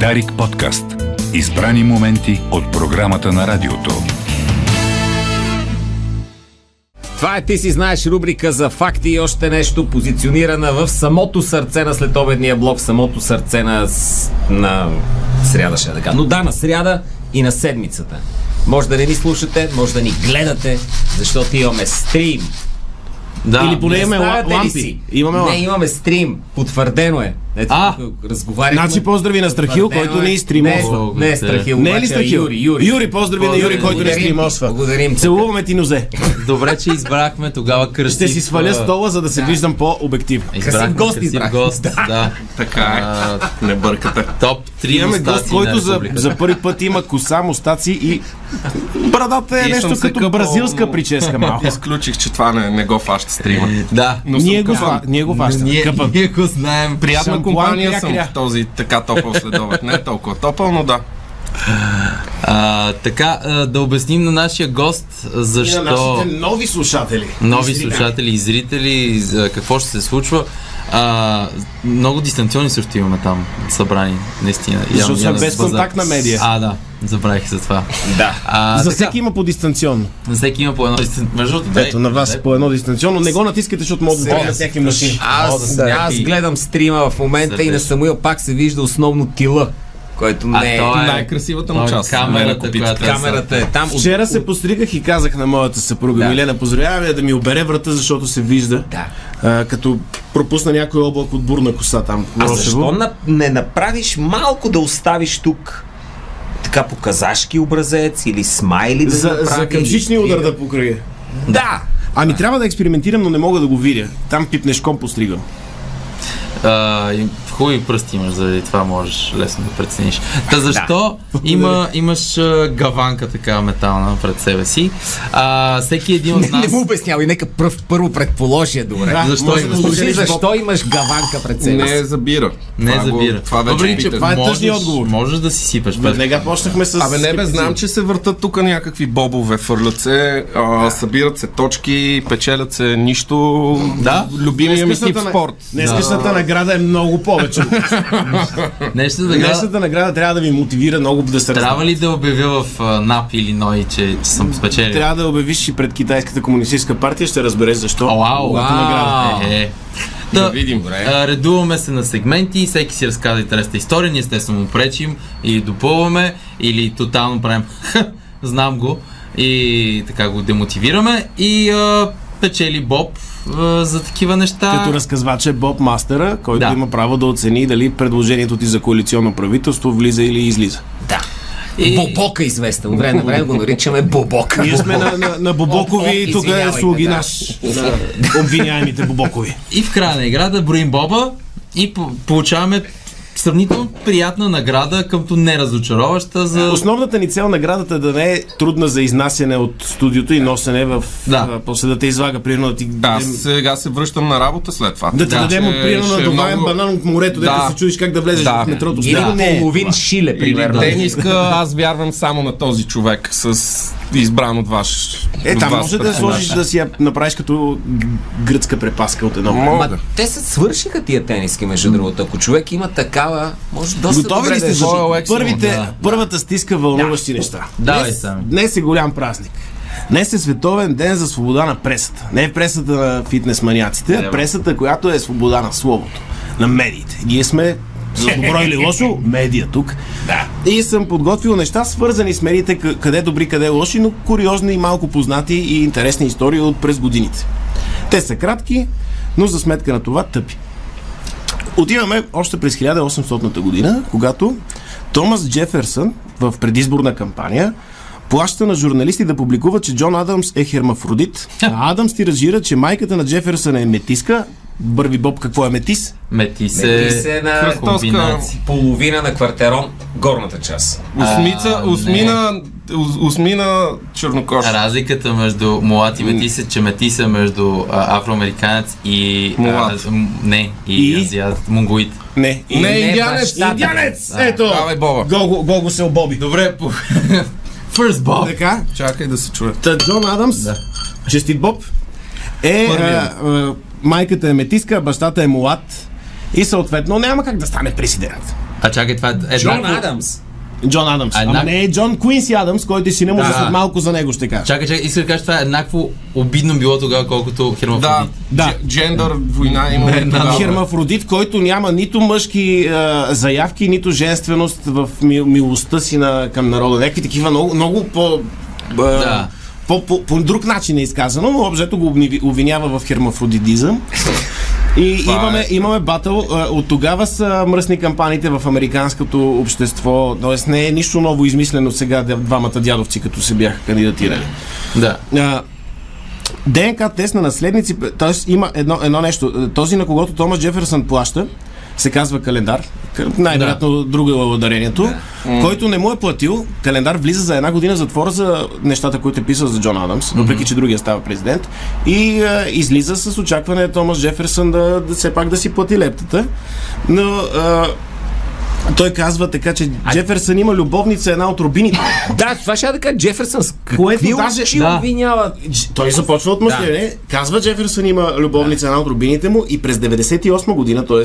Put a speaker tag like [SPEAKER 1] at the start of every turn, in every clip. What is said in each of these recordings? [SPEAKER 1] Дарик подкаст. Избрани моменти от програмата на радиото.
[SPEAKER 2] Това е Ти си знаеш рубрика за факти и още нещо, позиционирана в самото сърце на следобедния блок, в самото сърце на, с- на сряда, ще да кажа. Но да, на сряда и на седмицата. Може да не ни слушате, може да ни гледате, защото имаме стрим.
[SPEAKER 3] Да.
[SPEAKER 4] Или поне
[SPEAKER 2] Не
[SPEAKER 4] имаме
[SPEAKER 2] ставате ли
[SPEAKER 4] ла- лампи.
[SPEAKER 2] си?
[SPEAKER 4] Имаме
[SPEAKER 2] не,
[SPEAKER 4] лампи.
[SPEAKER 2] имаме стрим. Потвърдено е. Ето,
[SPEAKER 4] А,
[SPEAKER 2] тук разговаряхме.
[SPEAKER 4] Значи поздрави на Страхил,
[SPEAKER 2] Твърдено
[SPEAKER 4] който не
[SPEAKER 2] е.
[SPEAKER 4] е стримосва.
[SPEAKER 2] Не, не е Страхил.
[SPEAKER 4] Не е ли
[SPEAKER 2] обаче, а
[SPEAKER 4] Страхил?
[SPEAKER 2] Юри, Юри.
[SPEAKER 4] Юри, поздрави на Юри, който не
[SPEAKER 2] Благодарим ти.
[SPEAKER 4] стримосва.
[SPEAKER 2] Благодарим. ти.
[SPEAKER 4] Целуваме ти нозе.
[SPEAKER 3] Добре, че избрахме тогава кръстив.
[SPEAKER 4] Ще си сваля стола, за да се виждам по-обективно.
[SPEAKER 2] Красив гост
[SPEAKER 3] красив
[SPEAKER 2] избрахме.
[SPEAKER 3] гост, да.
[SPEAKER 5] Така е.
[SPEAKER 3] А,
[SPEAKER 5] Не бъркате.
[SPEAKER 3] топ 3
[SPEAKER 4] Имаме гост,
[SPEAKER 3] мустаци
[SPEAKER 4] който
[SPEAKER 3] на
[SPEAKER 4] за,
[SPEAKER 3] републиката.
[SPEAKER 4] за първи път има коса, мустаци и брадата е
[SPEAKER 5] И
[SPEAKER 4] нещо
[SPEAKER 5] съм се
[SPEAKER 4] като
[SPEAKER 5] къпал,
[SPEAKER 4] бразилска
[SPEAKER 5] но-
[SPEAKER 4] прическа
[SPEAKER 3] Е,
[SPEAKER 4] малко.
[SPEAKER 5] Изключих, че това не, не го фаща стрима.
[SPEAKER 3] Да.
[SPEAKER 5] Но
[SPEAKER 4] Ние
[SPEAKER 5] съм
[SPEAKER 4] го,
[SPEAKER 5] къпан.
[SPEAKER 4] фа, ние го
[SPEAKER 3] Но
[SPEAKER 4] фащаме.
[SPEAKER 3] ние,
[SPEAKER 4] Къпан.
[SPEAKER 3] ние го знаем.
[SPEAKER 5] Приятна
[SPEAKER 4] Шампуан кря,
[SPEAKER 5] компания съм
[SPEAKER 4] кря.
[SPEAKER 5] в този така топъл следобед. Не е толкова топъл, но да.
[SPEAKER 3] А, така, а, да обясним на нашия гост а, защо
[SPEAKER 4] нови слушатели.
[SPEAKER 3] нови слушатели и зрители, за какво ще се случва. А, много дистанционни също имаме там събрани, наистина. Явно
[SPEAKER 4] Защото сме
[SPEAKER 3] няма да се
[SPEAKER 4] без
[SPEAKER 3] базар.
[SPEAKER 4] контактна медия.
[SPEAKER 3] А, да, забравих за това.
[SPEAKER 2] Да.
[SPEAKER 3] А,
[SPEAKER 4] За
[SPEAKER 3] така,
[SPEAKER 4] всеки има по дистанционно.
[SPEAKER 3] на всеки има по едно дистанционно. Между другото, дай-
[SPEAKER 4] Ето на вас
[SPEAKER 3] дай-
[SPEAKER 4] по едно дистанционно. Не го натискате, защото мога да дойде на всяки машини.
[SPEAKER 2] Аз, да,
[SPEAKER 3] да.
[SPEAKER 2] аз гледам стрима в момента и на
[SPEAKER 3] Сърдечно.
[SPEAKER 2] Самуил пак се вижда основно тила, който
[SPEAKER 3] А,
[SPEAKER 2] не е.
[SPEAKER 3] то е
[SPEAKER 5] Най-красивата
[SPEAKER 3] то
[SPEAKER 5] му
[SPEAKER 3] е
[SPEAKER 5] част. Мера
[SPEAKER 3] Камерата,
[SPEAKER 5] купите.
[SPEAKER 3] която е
[SPEAKER 2] Камерата е там.
[SPEAKER 4] Вчера се постригах и казах на моята съпруга
[SPEAKER 2] Да.
[SPEAKER 4] Милена, поздравяваме да ми обере врата, защото се вижда.
[SPEAKER 2] Да.
[SPEAKER 4] А, като пропусна някой облак от бурна коса там.
[SPEAKER 2] А
[SPEAKER 4] Росево.
[SPEAKER 2] защо на, не направиш малко да оставиш тук така по казашки образец или смайли да
[SPEAKER 4] За,
[SPEAKER 2] направи,
[SPEAKER 4] за къмшичния
[SPEAKER 2] или-
[SPEAKER 4] удар да покрия.
[SPEAKER 2] Да!
[SPEAKER 4] Ами трябва да експериментирам, но не мога да го видя. Там пипнешком постригам.
[SPEAKER 3] А, и хубави пръсти имаш, заради това можеш лесно да прецениш. Та защо има, имаш а, гаванка такава метална пред себе си? А, всеки един от
[SPEAKER 2] Не, не
[SPEAKER 3] нас...
[SPEAKER 2] му обяснявай, нека пръв, първо предположи е добре.
[SPEAKER 4] Да,
[SPEAKER 3] защо
[SPEAKER 4] може
[SPEAKER 3] има?
[SPEAKER 4] да
[SPEAKER 2] Служи,
[SPEAKER 4] спечелиш боб.
[SPEAKER 2] защо имаш гаванка пред себе
[SPEAKER 5] Не
[SPEAKER 2] си?
[SPEAKER 5] е забира.
[SPEAKER 3] Не забира.
[SPEAKER 5] Това вече
[SPEAKER 3] Въпреки, че
[SPEAKER 5] питат.
[SPEAKER 4] това е
[SPEAKER 3] можеш-
[SPEAKER 4] тъжният отговор.
[SPEAKER 3] Можеш да си сипеш. пет.
[SPEAKER 4] Веднага почнахме с...
[SPEAKER 5] Абе не бе, знам, че се въртат тук някакви бобове, фърлят се, а, събират се точки, печелят се нищо.
[SPEAKER 3] Да?
[SPEAKER 5] Любимия ми тип
[SPEAKER 4] Днескашната,
[SPEAKER 5] спорт.
[SPEAKER 4] на... Днескашната награда е много повече.
[SPEAKER 3] Нещо да гледа...
[SPEAKER 4] Днескашната награда трябва да ви мотивира много да се разна-
[SPEAKER 3] Трябва ли да обявя в а, НАП или НОИ, че, че съм спечелил?
[SPEAKER 4] Трябва да обявиш и пред Китайската комунистическа партия, ще разбереш защо.
[SPEAKER 3] О, Вау,
[SPEAKER 4] Когато
[SPEAKER 2] вау.
[SPEAKER 4] награда.
[SPEAKER 3] Е, е.
[SPEAKER 5] Да
[SPEAKER 3] Да,
[SPEAKER 5] видим, бре.
[SPEAKER 3] а, редуваме се на сегменти, всеки си разказва интересна история, ние естествено му пречим или допълваме, или тотално правим «Ха, знам го и така го демотивираме и а, печели Боб а, за такива неща.
[SPEAKER 4] Като разказвач е Боб Мастера, който
[SPEAKER 3] Да.
[SPEAKER 4] има право да оцени дали предложението ти за коалиционно правителство влиза или излиза.
[SPEAKER 2] Да.
[SPEAKER 3] И-
[SPEAKER 2] Бобока известен. От време на време го наричаме Бобока.
[SPEAKER 4] Ние сме на, на, на Бобокови
[SPEAKER 2] Оп, оп,
[SPEAKER 4] и тук е
[SPEAKER 2] извинявайте,
[SPEAKER 4] слуги
[SPEAKER 2] да.
[SPEAKER 4] наш. На обвиняемите Бобокови.
[SPEAKER 3] И в края на играта броим Боба и по- получаваме сравнително приятна награда, къмто неразочароваща за...
[SPEAKER 4] Основната ни цел наградата е да не е трудна за изнасяне от студиото и носене в...
[SPEAKER 3] Да.
[SPEAKER 4] а, После да те излага, примерно да ти...
[SPEAKER 5] Да,
[SPEAKER 4] Да,
[SPEAKER 5] аз сега се връщам на работа след това.
[SPEAKER 4] да ти
[SPEAKER 3] да,
[SPEAKER 4] дадем
[SPEAKER 5] че
[SPEAKER 4] от примерно
[SPEAKER 5] ще
[SPEAKER 4] на
[SPEAKER 5] е
[SPEAKER 4] добавен
[SPEAKER 5] много-
[SPEAKER 4] банан от морето, да.
[SPEAKER 5] Да.
[SPEAKER 4] се чудиш как да влезеш
[SPEAKER 5] Да.
[SPEAKER 4] в метрото.
[SPEAKER 2] Или
[SPEAKER 4] Да. Не, е
[SPEAKER 2] половин шиле,
[SPEAKER 5] Или
[SPEAKER 2] примерно.
[SPEAKER 5] тениска, аз вярвам само на този човек с избран от ваш.
[SPEAKER 4] Е,
[SPEAKER 5] от
[SPEAKER 4] там
[SPEAKER 5] вас
[SPEAKER 4] може да я
[SPEAKER 5] персонаж.
[SPEAKER 4] сложиш да си я направиш като г- гръцка препаска от едно. време.
[SPEAKER 5] Мога
[SPEAKER 2] Ма,
[SPEAKER 5] да.
[SPEAKER 2] те се свършиха тия тениски, между другото. Ако човек има такава, може доста
[SPEAKER 4] Готови
[SPEAKER 2] добре да
[SPEAKER 4] ли сте
[SPEAKER 2] е.
[SPEAKER 4] за
[SPEAKER 5] Royal Excellence,
[SPEAKER 4] първите,
[SPEAKER 3] да.
[SPEAKER 4] първата стиска вълнуващи неща?
[SPEAKER 3] Давай
[SPEAKER 4] днес,
[SPEAKER 3] сам.
[SPEAKER 4] днес е голям празник. Днес е световен ден за свобода на пресата. Не е пресата на фитнес маниаците, а пресата, която е свобода на словото, на медиите. Ние сме за добро или лошо, медия тук. Да. И съм подготвил неща, свързани с медиите, къ- къде добри, къде лоши, но куриозни и малко познати и интересни истории от през годините. Те са кратки, но за сметка на това тъпи. Отиваме още през 1800 година, когато Томас Джеферсън в предизборна кампания плаща на журналисти да публикува, че Джон Адамс е хермафродит, а Адамс тиражира, че майката на Джеферсън е метиска. Бърви Боб, какво е метис?
[SPEAKER 3] Мети
[SPEAKER 2] Мети
[SPEAKER 3] се...
[SPEAKER 2] се на
[SPEAKER 5] Кръстовска.
[SPEAKER 3] комбинации.
[SPEAKER 2] половина на квартирон, горната част.
[SPEAKER 5] Осмица,
[SPEAKER 3] А,
[SPEAKER 5] осмина, ос- осмина чернокож.
[SPEAKER 3] Разликата между мулат и метис е, че метис е между а, афроамериканец и...
[SPEAKER 5] Мулат.
[SPEAKER 3] А, м- не, и,
[SPEAKER 4] И?
[SPEAKER 3] азиат, мунгуит.
[SPEAKER 4] Не. И...
[SPEAKER 5] Не, индианец.
[SPEAKER 2] бащата.
[SPEAKER 4] Ето!
[SPEAKER 5] Давай, Боба.
[SPEAKER 4] Гого, Гого се обоби.
[SPEAKER 3] Добре, по... First Bob.
[SPEAKER 4] Така,
[SPEAKER 5] Чакай да се чуе.
[SPEAKER 4] Та Джон Адамс, да. честит Боб, е, а, а, майката е метиска, а бащата е мулат. И съответно няма как да стане президент.
[SPEAKER 3] А чакай, това е
[SPEAKER 2] Джон
[SPEAKER 3] еднакво-
[SPEAKER 2] Адамс.
[SPEAKER 4] Джон Адамс.
[SPEAKER 3] А
[SPEAKER 4] Ама
[SPEAKER 3] една-
[SPEAKER 4] не е Джон Куинси Адамс, който е сина му,
[SPEAKER 3] Да.
[SPEAKER 4] за след малко за него ще кажа.
[SPEAKER 3] Чакай, чакай, искам да кажа, това е еднакво обидно било тогава, колкото Хермафонит.
[SPEAKER 5] Да,
[SPEAKER 4] Да.
[SPEAKER 5] дж- джендър, война има
[SPEAKER 3] Не, да,
[SPEAKER 5] тогава.
[SPEAKER 4] Хермафродит, Е, който няма нито мъжки а, заявки, нито женственост в ми, милостта си на, към народа. Някакви такива много, много по, а,
[SPEAKER 3] Да.
[SPEAKER 4] по, по, по друг начин е изказано, но обзето го обниви- обвинява в хермафродидизъм. И
[SPEAKER 5] Това
[SPEAKER 4] имаме,
[SPEAKER 5] е.
[SPEAKER 4] имаме батъл. а, От тогава са мръсни кампаниите в американското общество. Тоест не е нищо ново измислено сега дя- двамата дядовци, като се бяха кандидатирали.
[SPEAKER 3] Да.
[SPEAKER 4] А, ДНК тест на наследници, т.е. има едно, едно нещо. Този, на когото Томас Джеферсън плаща, се казва календар. К- Най-вероятно да. друго е ударението. Да. Който не му е платил, календар влиза за една година затвора за нещата, които е писал за Джон Адамс, въпреки че другия става президент. И а, излиза с очакване Томас Джеферсън да, да все пак да си плати лептата. Но а, той казва така, че Джеферсън има любовница, една от рубините.
[SPEAKER 2] Да, това ще я да кажа Джеферсън. с
[SPEAKER 4] Което
[SPEAKER 2] Какви
[SPEAKER 4] даже-
[SPEAKER 2] лъжи
[SPEAKER 3] да.
[SPEAKER 2] обвиняват?
[SPEAKER 4] Дж-
[SPEAKER 5] Е,
[SPEAKER 4] Той започва от мъжлене. Да. Казва, Джеферсън има любовница, една от рубините му и през 98 година, т.е.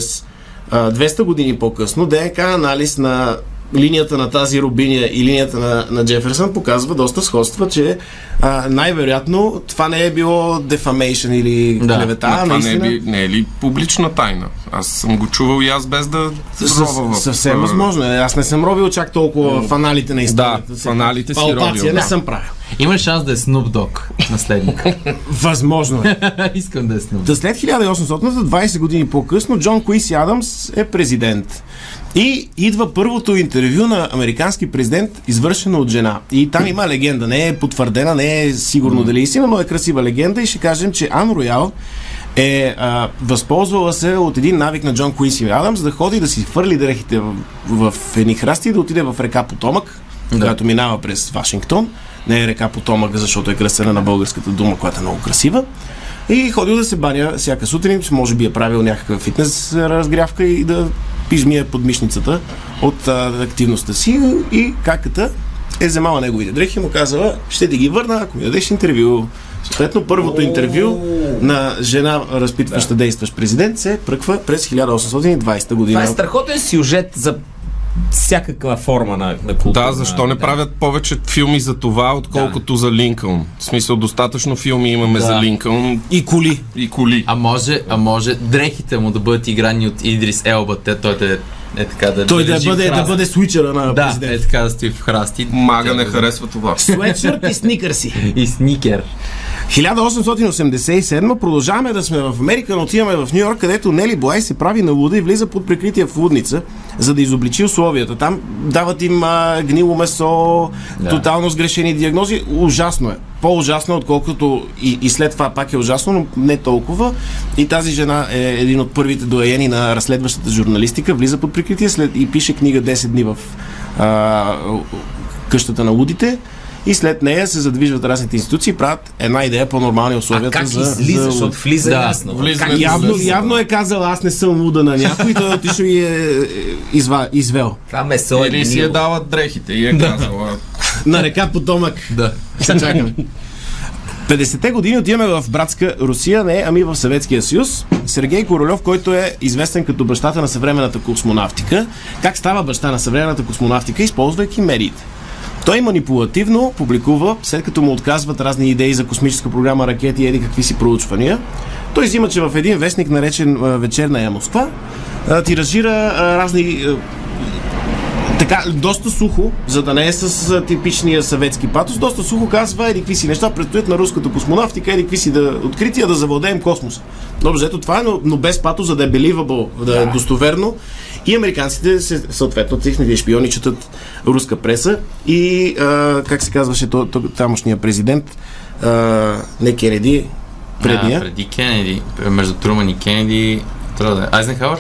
[SPEAKER 4] а, 200 години по-късно, ДНК анализ на линията на тази рубиня и линията на, на Джеферсън показва доста сходства, че а, най-вероятно това не е било дефамейшн или
[SPEAKER 3] Да,
[SPEAKER 4] клевета,
[SPEAKER 5] Ма
[SPEAKER 4] а
[SPEAKER 5] това не е,
[SPEAKER 4] наистина...
[SPEAKER 5] би, не е ли публична тайна? Аз съм го чувал и аз без да робва в...
[SPEAKER 4] Със, съвсем
[SPEAKER 5] а,
[SPEAKER 4] възможно е. Аз не съм робил чак толкова в аналите на
[SPEAKER 5] Да,
[SPEAKER 4] историята.
[SPEAKER 5] в аналите си
[SPEAKER 4] Палпация
[SPEAKER 5] робил.
[SPEAKER 4] не
[SPEAKER 5] Да.
[SPEAKER 4] съм правил.
[SPEAKER 3] Има ли шанс да е Snoop Dogg наследник?
[SPEAKER 4] Възможно е.
[SPEAKER 3] Искам да е Snoop Dogg.
[SPEAKER 4] Та след 1800-та, 20 години по-късно, Джон Куинси Адамс е президент. И идва първото интервю на американски президент, извършено от жена. И там има легенда. Не е потвърдена, не е сигурно дали е истина, но е красива легенда. И ще кажем, че Ан Роял е а, възползвала се от един навик на Джон Куинси Адамс да ходи да си хвърли дрехите в, в едни храсти и да отиде в река Потомък, да. която минава през Вашингтон. Не е река Потомък, защото е кръстена на българската дума, която е много красива. И ходил да се баня всяка сутрин, може би е правил някаква фитнес разгрявка и да измие подмишницата от а, активността си и каката е вземала неговите дрехи и му казала, ще ти ги върна, ако ми дадеш интервю. Съответно, първото интервю на жена, разпитваща действащ президент, се пръква през 1820
[SPEAKER 2] Това е
[SPEAKER 4] година.
[SPEAKER 2] страхотен сюжет за всякаква форма на, на култура.
[SPEAKER 5] Да, защо не правят повече филми за това, отколкото за Линкълн? В смисъл, достатъчно филми имаме за Линкълн
[SPEAKER 4] И коли.
[SPEAKER 5] и коли.
[SPEAKER 3] А може, а може дрехите му да бъдат играни от Идрис Елба, те той да е, е така да
[SPEAKER 4] Той да
[SPEAKER 3] държи в
[SPEAKER 4] бъде, да
[SPEAKER 3] храст.
[SPEAKER 4] бъде свичера на
[SPEAKER 3] да,
[SPEAKER 4] президента.
[SPEAKER 3] е така да стои в храсти.
[SPEAKER 5] Мага не харесва това.
[SPEAKER 4] Суетшърт и сникърси.
[SPEAKER 3] И сникер.
[SPEAKER 4] 1887 продължаваме да сме в Америка, но отиваме в Нью Йорк, където Нели Блай се прави на луда и влиза под прикритие в лудница, за да изобличи условията. Там дават им а, гнило месо, да. тотално сгрешени диагнози. Ужасно е. По-ужасно, е, отколкото и, и след това пак е ужасно, но не толкова. И тази жена е един от първите доени на разследващата журналистика, влиза под прикритие след, и пише книга 10 дни в а, къщата на лудите. И след нея се задвижват разните институции и правят една идея по нормални
[SPEAKER 2] А
[SPEAKER 4] условия.
[SPEAKER 2] как
[SPEAKER 4] за,
[SPEAKER 2] излизаш
[SPEAKER 4] за...
[SPEAKER 2] от влиза
[SPEAKER 3] Да,
[SPEAKER 2] ясно?
[SPEAKER 5] влизането
[SPEAKER 2] Как
[SPEAKER 4] Явно,
[SPEAKER 2] излизаш?
[SPEAKER 4] явно е казал, аз не съм луда на някой, той е отишъл и е е, изва, извел.
[SPEAKER 2] Това месо е
[SPEAKER 5] Или си е
[SPEAKER 2] гнило.
[SPEAKER 5] дала дрехите и е казала.
[SPEAKER 4] На река Потомък.
[SPEAKER 3] Да.
[SPEAKER 4] Ще чакаме. 50-те години отиваме в братска Русия, не, ами в Съветския съюз. Сергей Королев, който е известен като бащата на съвременната космонавтика. Как става баща на съвременната космонавтика, използвайки медиите? Той манипулативно публикува, след като му отказват разни идеи за космическа програма, ракети и еди какви си проучвания. Той взима, че в един вестник, наречен а, Вечерна я Москва, а, тиражира а, разни а, така, доста сухо, за да не е с а, типичния съветски патос, доста сухо казва, еди какви си неща предстоят на руската космонавтика, еди какви си да открития, да завладеем космоса. Добре, ето това е, но, но без патос, за да е believable, да, да е достоверно. И американците, се, съответно, техните шпиони четат руска преса и, а, как се казваше то, то, тамошния президент, а, не Кенеди,
[SPEAKER 3] А,
[SPEAKER 4] предния,
[SPEAKER 3] преди Кенеди. Между Труман и Кенеди. Трябва да е. Айзенхауър?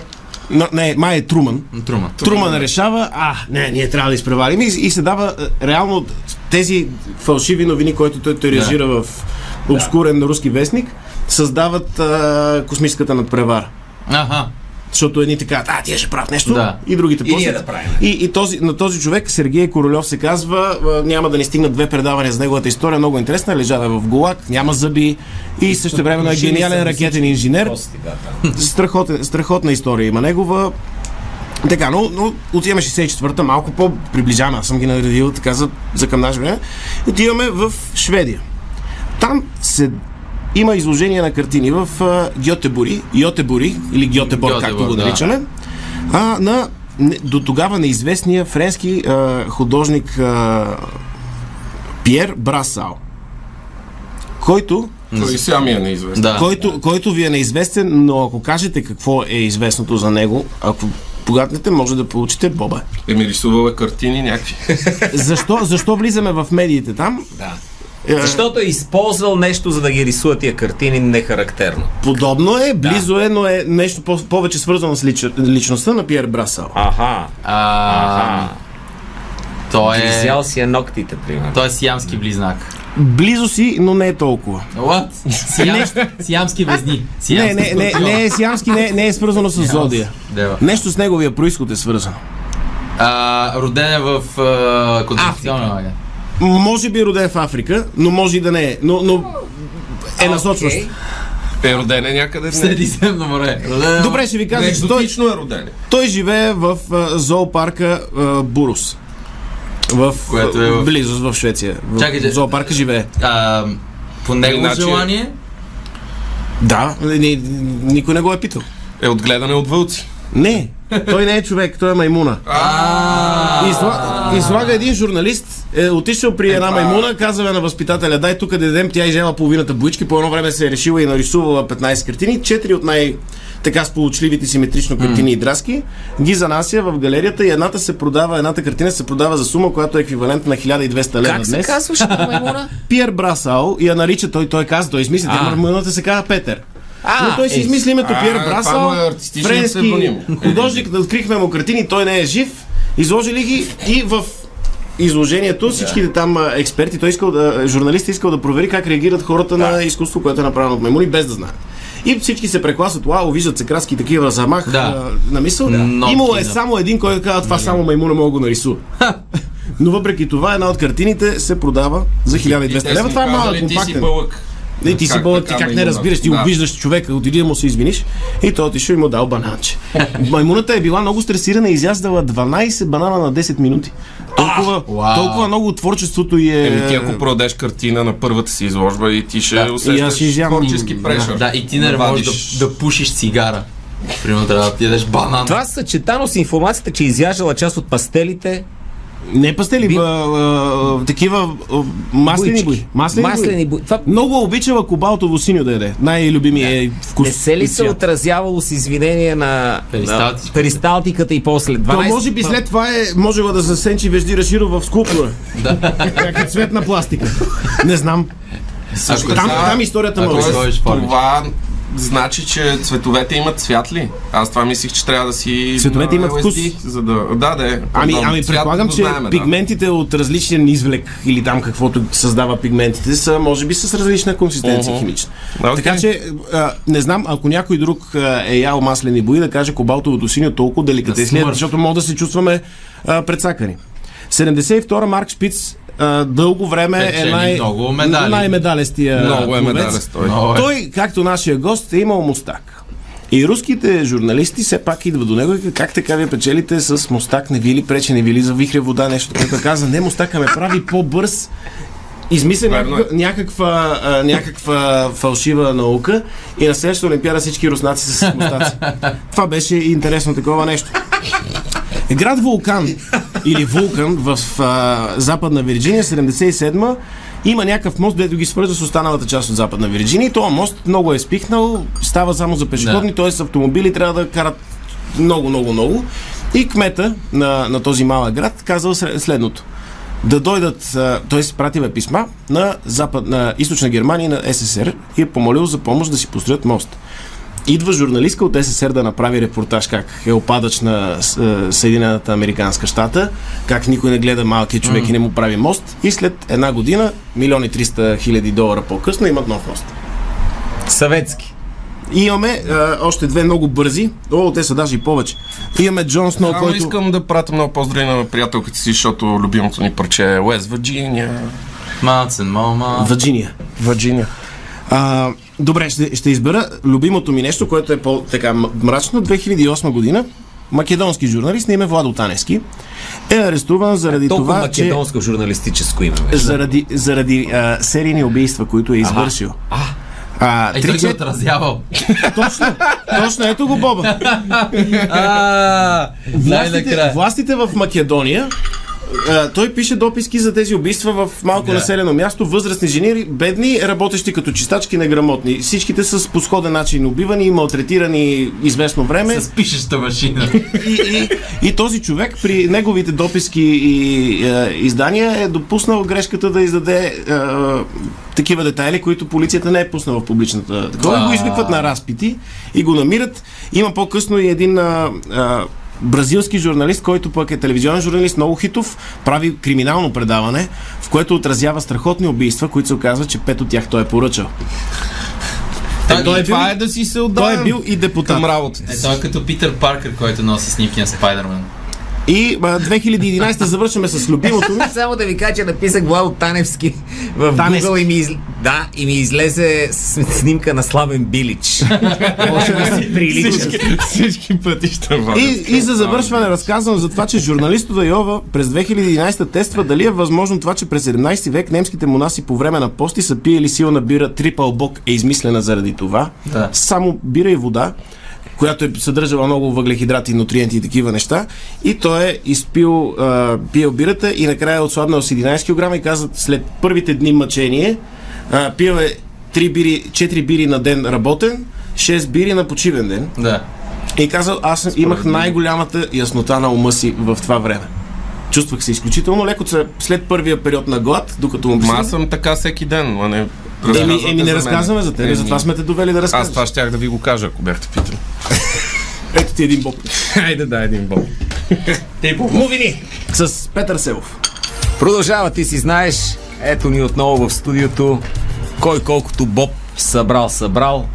[SPEAKER 4] но, не, май е Труман,
[SPEAKER 3] Труман.
[SPEAKER 4] Труман решава, а, не, ние трябва да изпреварим и, и се дава е, реално тези фалшиви новини, които той тиражира да. в обскурен руски вестник, създават а, космическата е, надпревара.
[SPEAKER 3] Аха.
[SPEAKER 4] Защото едни така, а, тия ще правят нещо,
[SPEAKER 3] Да.
[SPEAKER 4] и другите
[SPEAKER 2] И ние
[SPEAKER 4] после.
[SPEAKER 2] да правим.
[SPEAKER 4] и, и този, на този човек, Сергей Королев се казва, а, няма да ни стигнат две предавания за неговата история, много интересна, лежава е в голак, няма зъби и също време е
[SPEAKER 2] Жени
[SPEAKER 4] гениален
[SPEAKER 2] са
[SPEAKER 4] ракетен
[SPEAKER 2] всички
[SPEAKER 4] инженер.
[SPEAKER 2] Кости, да, да.
[SPEAKER 4] Страхотен, страхотна история има негова. Така, но, но отиваме 64-та, малко по-приближаваме. Аз съм ги наредил така за, за към наше време. Отиваме в Шведия. Там се има изложение на картини в а, Гьотебури, Йотебури или Гьотебор,
[SPEAKER 3] Гьотебор,
[SPEAKER 4] както го
[SPEAKER 3] да.
[SPEAKER 4] наричаме, а, на не- до тогава неизвестния френски а, художник а, Пьер Брасал, който
[SPEAKER 5] Той и сега ми е неизвестен.
[SPEAKER 3] Да.
[SPEAKER 4] който, който ви е неизвестен, но ако кажете какво е известното за него, ако погаднете, може да получите боба.
[SPEAKER 5] Еми рисувал е картини някакви.
[SPEAKER 4] Защо, защо влизаме в медиите там?
[SPEAKER 2] Да.
[SPEAKER 4] Е,
[SPEAKER 2] Защото е използвал нещо, за да ги рисува тия картини нехарактерно.
[SPEAKER 4] Подобно е, близо е, но е нещо по- повече свързано с лич, личността на Пьер Брасал.
[SPEAKER 2] Аха.
[SPEAKER 3] А,
[SPEAKER 2] Аха.
[SPEAKER 3] той е...
[SPEAKER 2] Изял си е ногтите, примерно.
[SPEAKER 3] Той е сиамски близнак.
[SPEAKER 4] Близо си, но не е толкова.
[SPEAKER 3] What? Сиам... сиамски везни.
[SPEAKER 4] Не,
[SPEAKER 3] Сиамски
[SPEAKER 4] не, не, не е сиамски, не, е- не е свързано с Зодия.
[SPEAKER 3] Дева.
[SPEAKER 4] Нещо с неговия происход е свързано.
[SPEAKER 3] А, роден е в а, концентрационна лагер.
[SPEAKER 4] Може би е роден в Африка, но може и да не е. Но, но е насочващ.
[SPEAKER 5] Е роден е някъде. в-
[SPEAKER 3] Средиземно море. Роден е в-
[SPEAKER 4] Добре, ще ви кажа, че той,
[SPEAKER 5] Екзотично е роден.
[SPEAKER 4] Той живее в а, зоопарка а, Бурус. В,
[SPEAKER 3] Което е в-
[SPEAKER 4] близост в Швеция. В
[SPEAKER 3] Чакай, че-
[SPEAKER 4] зоопарка живее.
[SPEAKER 3] А, по негово
[SPEAKER 5] Иначе-
[SPEAKER 3] желание.
[SPEAKER 4] Да, ни, никой не го е питал.
[SPEAKER 5] Е отгледан е от вълци.
[SPEAKER 4] Не, той не е човек, той е маймуна. Изла... Излага един журналист, е отишъл при една маймуна, казва на възпитателя, дай тук да дадем, тя изжела половината боички, по едно време се е решила и нарисувала 15 картини, четири от най- така сполучливите симетрично картини и драски, ги занася в галерията и едната се продава, едната картина се продава за сума, която е еквивалент на 1200 лева
[SPEAKER 2] Как се
[SPEAKER 4] днес.
[SPEAKER 2] казваш на маймуна?
[SPEAKER 4] Пиер Брасал я нарича, той, той каза, той измисли,
[SPEAKER 2] А.
[SPEAKER 4] маймуната се казва Петър.
[SPEAKER 2] А,
[SPEAKER 4] Но той си
[SPEAKER 2] е,
[SPEAKER 4] измисли името
[SPEAKER 5] а,
[SPEAKER 4] Пьер
[SPEAKER 5] това
[SPEAKER 4] Брасал,
[SPEAKER 5] му е артистичният
[SPEAKER 4] френски
[SPEAKER 5] псевдоним. Е.
[SPEAKER 4] художник, да открихме му картини, той не е жив, изложили ги и в изложението всичките там а, експерти, той искал да, журналист искал да провери как реагират хората на изкуство, което е направено от маймуни, без да знаят. И всички се прекласват, вау, виждат се краски такива замах
[SPEAKER 3] Да.
[SPEAKER 4] а, на мисъл.
[SPEAKER 3] Нотки,
[SPEAKER 4] Имало е
[SPEAKER 3] да.
[SPEAKER 4] само един, който казва, това само маймуна мога да го нарисува. Но въпреки това една от картините се продава за 1200 лева. Това е малък
[SPEAKER 5] Ти си
[SPEAKER 4] компактен.
[SPEAKER 5] пълък.
[SPEAKER 4] Не, ти
[SPEAKER 5] Как
[SPEAKER 4] си болен, ти
[SPEAKER 5] така,
[SPEAKER 4] как не
[SPEAKER 5] маймуна?
[SPEAKER 4] разбираш, ти
[SPEAKER 5] Да.
[SPEAKER 4] обиждаш човека, отиди да му се извиниш и той отишъл и му дал бананче. Маймуната е била много стресирана и изяздала 12 банана на 10 минути. Толкова,
[SPEAKER 3] Уау.
[SPEAKER 4] толкова много творчеството и е...
[SPEAKER 5] Еми ти ако продадеш картина на първата си изложба и ти ще
[SPEAKER 3] Да. И
[SPEAKER 5] усещаш
[SPEAKER 4] аз ще изям.
[SPEAKER 5] творчески прешър.
[SPEAKER 3] Да, и ти не можеш да, да пушиш цигара. Примерно трябва да ти ядеш банан.
[SPEAKER 2] Това съчетано с информацията, че изяжала част от пастелите,
[SPEAKER 4] Не пастели,
[SPEAKER 2] Би-
[SPEAKER 4] а, а, такива а, маслени
[SPEAKER 2] Буйчики.
[SPEAKER 4] бои. Маслени,
[SPEAKER 2] Маслени
[SPEAKER 4] бои.
[SPEAKER 2] бои. Това-
[SPEAKER 4] Много обичала кобалтово синьо да яде. Най-любимия е вкус.
[SPEAKER 2] не се ли
[SPEAKER 4] и
[SPEAKER 2] се
[SPEAKER 4] цвят.
[SPEAKER 2] отразявало с извинение на
[SPEAKER 3] Перисталтиката.
[SPEAKER 2] на перисталтиката и после 12?
[SPEAKER 4] То може би след това е можела да засенчи Вежди Раширов в скулптура. Някакъв цвет на пластика. Не знам.
[SPEAKER 5] Също
[SPEAKER 4] Там,
[SPEAKER 5] така-
[SPEAKER 4] там историята
[SPEAKER 3] ако
[SPEAKER 4] може.
[SPEAKER 3] е
[SPEAKER 5] Тоест,
[SPEAKER 3] Ходиш в форми.
[SPEAKER 5] това значи, че цветовете имат цвят ли? Аз това мислих, че трябва да си...
[SPEAKER 4] Цветовете имат
[SPEAKER 5] LSD,
[SPEAKER 4] вкус.
[SPEAKER 5] За да... Да, да е.
[SPEAKER 4] Ами,
[SPEAKER 5] Подобно.
[SPEAKER 4] ами
[SPEAKER 5] Цвят
[SPEAKER 4] предполагам,
[SPEAKER 5] го
[SPEAKER 4] че
[SPEAKER 5] знаем, да.
[SPEAKER 4] пигментите от различен извлек или там каквото създава пигментите са, може би, с различна консистенция
[SPEAKER 5] Мгм.
[SPEAKER 4] химична.
[SPEAKER 5] Окей.
[SPEAKER 4] Така че, а, не знам, ако някой друг а, е ял маслени бои, да каже кобалтовото синьо толкова деликатес ли е,
[SPEAKER 3] смърт.
[SPEAKER 4] защото може да се чувстваме а, предсакани. 72-а Марк Шпиц а, дълго време е
[SPEAKER 3] Печели
[SPEAKER 4] най-
[SPEAKER 3] много медали.
[SPEAKER 4] най-медалестия
[SPEAKER 5] Много е
[SPEAKER 4] пловец.
[SPEAKER 5] медалест той.
[SPEAKER 3] Но, е,
[SPEAKER 4] Той, както нашия гост, е имал мустак. И руските журналисти все пак идват до него и казват, как така вие печелите с мустак, не ви ли прече, не ви ли завихря вода, нещо, което каза, не, мустака ме прави по-бърз. Измисля
[SPEAKER 5] Верно е.
[SPEAKER 4] някаква, някаква, а, някаква фалшива наука и на следващата олимпиада всички руснаци са с мустаци. Това беше интересно такова нещо. Град Вулкан или Вулкан в а, Западна Вирджиния, 77-ма, има някакъв мост, дето ги свързва с останалата част от Западна Вирджиния. И този мост много е спихнал, става само за пешеходни, т.е. автомобили трябва да карат много, много, много. И кмета на, на този малък град казал сре- следното. Да дойдат, а, той си пративе писма на, запад, на източна Германия и на СССР и е помолил за помощ да си построят мост. Идва журналистка от СССР да направи репортаж как е опадач на с- е, Съединената Американска щата, как никой не гледа малкия човек и не му прави мост. И след една година, милиони 300 хиляди долара по-късно, имат нов мост.
[SPEAKER 2] Съветски.
[SPEAKER 4] И имаме а, още две много бързи. О, те са даже и повече. Имаме Джон Сноу,
[SPEAKER 5] Само
[SPEAKER 4] който...
[SPEAKER 5] искам да пратя много поздрави на приятелката си, защото любимото ни парче е West Virginia.
[SPEAKER 3] Мацен, мама.
[SPEAKER 4] Вирджиния.
[SPEAKER 5] Virginia.
[SPEAKER 4] А, добре, ще, ще избера любимото ми нещо, което е по-така м- мрачно. 2008 година македонски журналист на име Владо Танески е арестуван заради
[SPEAKER 2] Толкова
[SPEAKER 4] това, че...
[SPEAKER 2] македонско журналистическо име. бе.
[SPEAKER 4] Заради, заради а, серийни убийства, които е извършил. А,
[SPEAKER 3] Ей,
[SPEAKER 4] три,
[SPEAKER 3] той ги е
[SPEAKER 4] чет-
[SPEAKER 3] отразявал.
[SPEAKER 4] точно, точно, ето го Боба.
[SPEAKER 3] А,
[SPEAKER 4] Властите,
[SPEAKER 3] Най-накрая.
[SPEAKER 4] властите в Македония а, той пише дописки за тези убийства в малко
[SPEAKER 3] Да.
[SPEAKER 4] населено място, възрастни жени, бедни, работещи като чистачки, неграмотни. Всичките са с посходен начин убивани и малтретирани известно време.
[SPEAKER 3] С пишеща машина.
[SPEAKER 4] И, и, и този човек при неговите дописки и е, издания е допуснал грешката да издаде е, такива детайли, които полицията не е пуснала в публичната. Такова и го извикват на разпити и го намират. Има по-късно и един а, а, бразилски журналист, който пък е телевизионен журналист, много хитов, прави криминално предаване, в което отразява страхотни убийства, които се оказва, че пет от тях той е поръчал.
[SPEAKER 3] Той,
[SPEAKER 4] той е бил-
[SPEAKER 5] да си се отдава
[SPEAKER 4] Той е бил и депутат.
[SPEAKER 5] към работата.
[SPEAKER 3] Е, той е като Питър Паркър, който носи снимки на Спайдермен.
[SPEAKER 4] И а, 2011 завършваме с любимото ми.
[SPEAKER 2] Само да ви кажа, че написах Владо Таневски в
[SPEAKER 4] Таневски.
[SPEAKER 2] Google и ми, из... да, и ми излезе с- снимка на Славен Билич. Може би си прилича.
[SPEAKER 5] Всички пътища водят.
[SPEAKER 4] И, и за завършване разказвам за това, че журналист от Йова през 2011 тества дали е възможно това, че през 17 век немските монаси по време на пости са пиели силна бира трипъл бок е измислена заради това.
[SPEAKER 3] Да.
[SPEAKER 4] Само бира и вода, която е съдържала много въглехидрати, нутриенти и такива неща. И той е изпил, а, пиел бирата и накрая е отслабнал с 11 кг и каза след първите дни мъчение а, пил е 3 бири, 4 бири на ден работен, 6 бири на почивен ден.
[SPEAKER 3] Да.
[SPEAKER 4] И Е, казал, аз имах най-голямата яснота на ума си в това време. Чувствах се изключително леко се- след първия период на глад, докато му
[SPEAKER 5] Ма аз съм така всеки ден, а не
[SPEAKER 4] Еми,
[SPEAKER 5] разказвате
[SPEAKER 4] еми не
[SPEAKER 5] за мен.
[SPEAKER 4] разказваме за теб,
[SPEAKER 5] Еми,
[SPEAKER 4] затова сме те довели да разказваш.
[SPEAKER 5] Аз това щях да ви го кажа, ако бяхте питали.
[SPEAKER 4] Ето ти един боб.
[SPEAKER 5] Хайде да един боб.
[SPEAKER 4] Новини! С Петър Селов.
[SPEAKER 2] Продължава ти си знаеш. Ето ни отново в студиото. Кой колкото Боб събрал, събрал.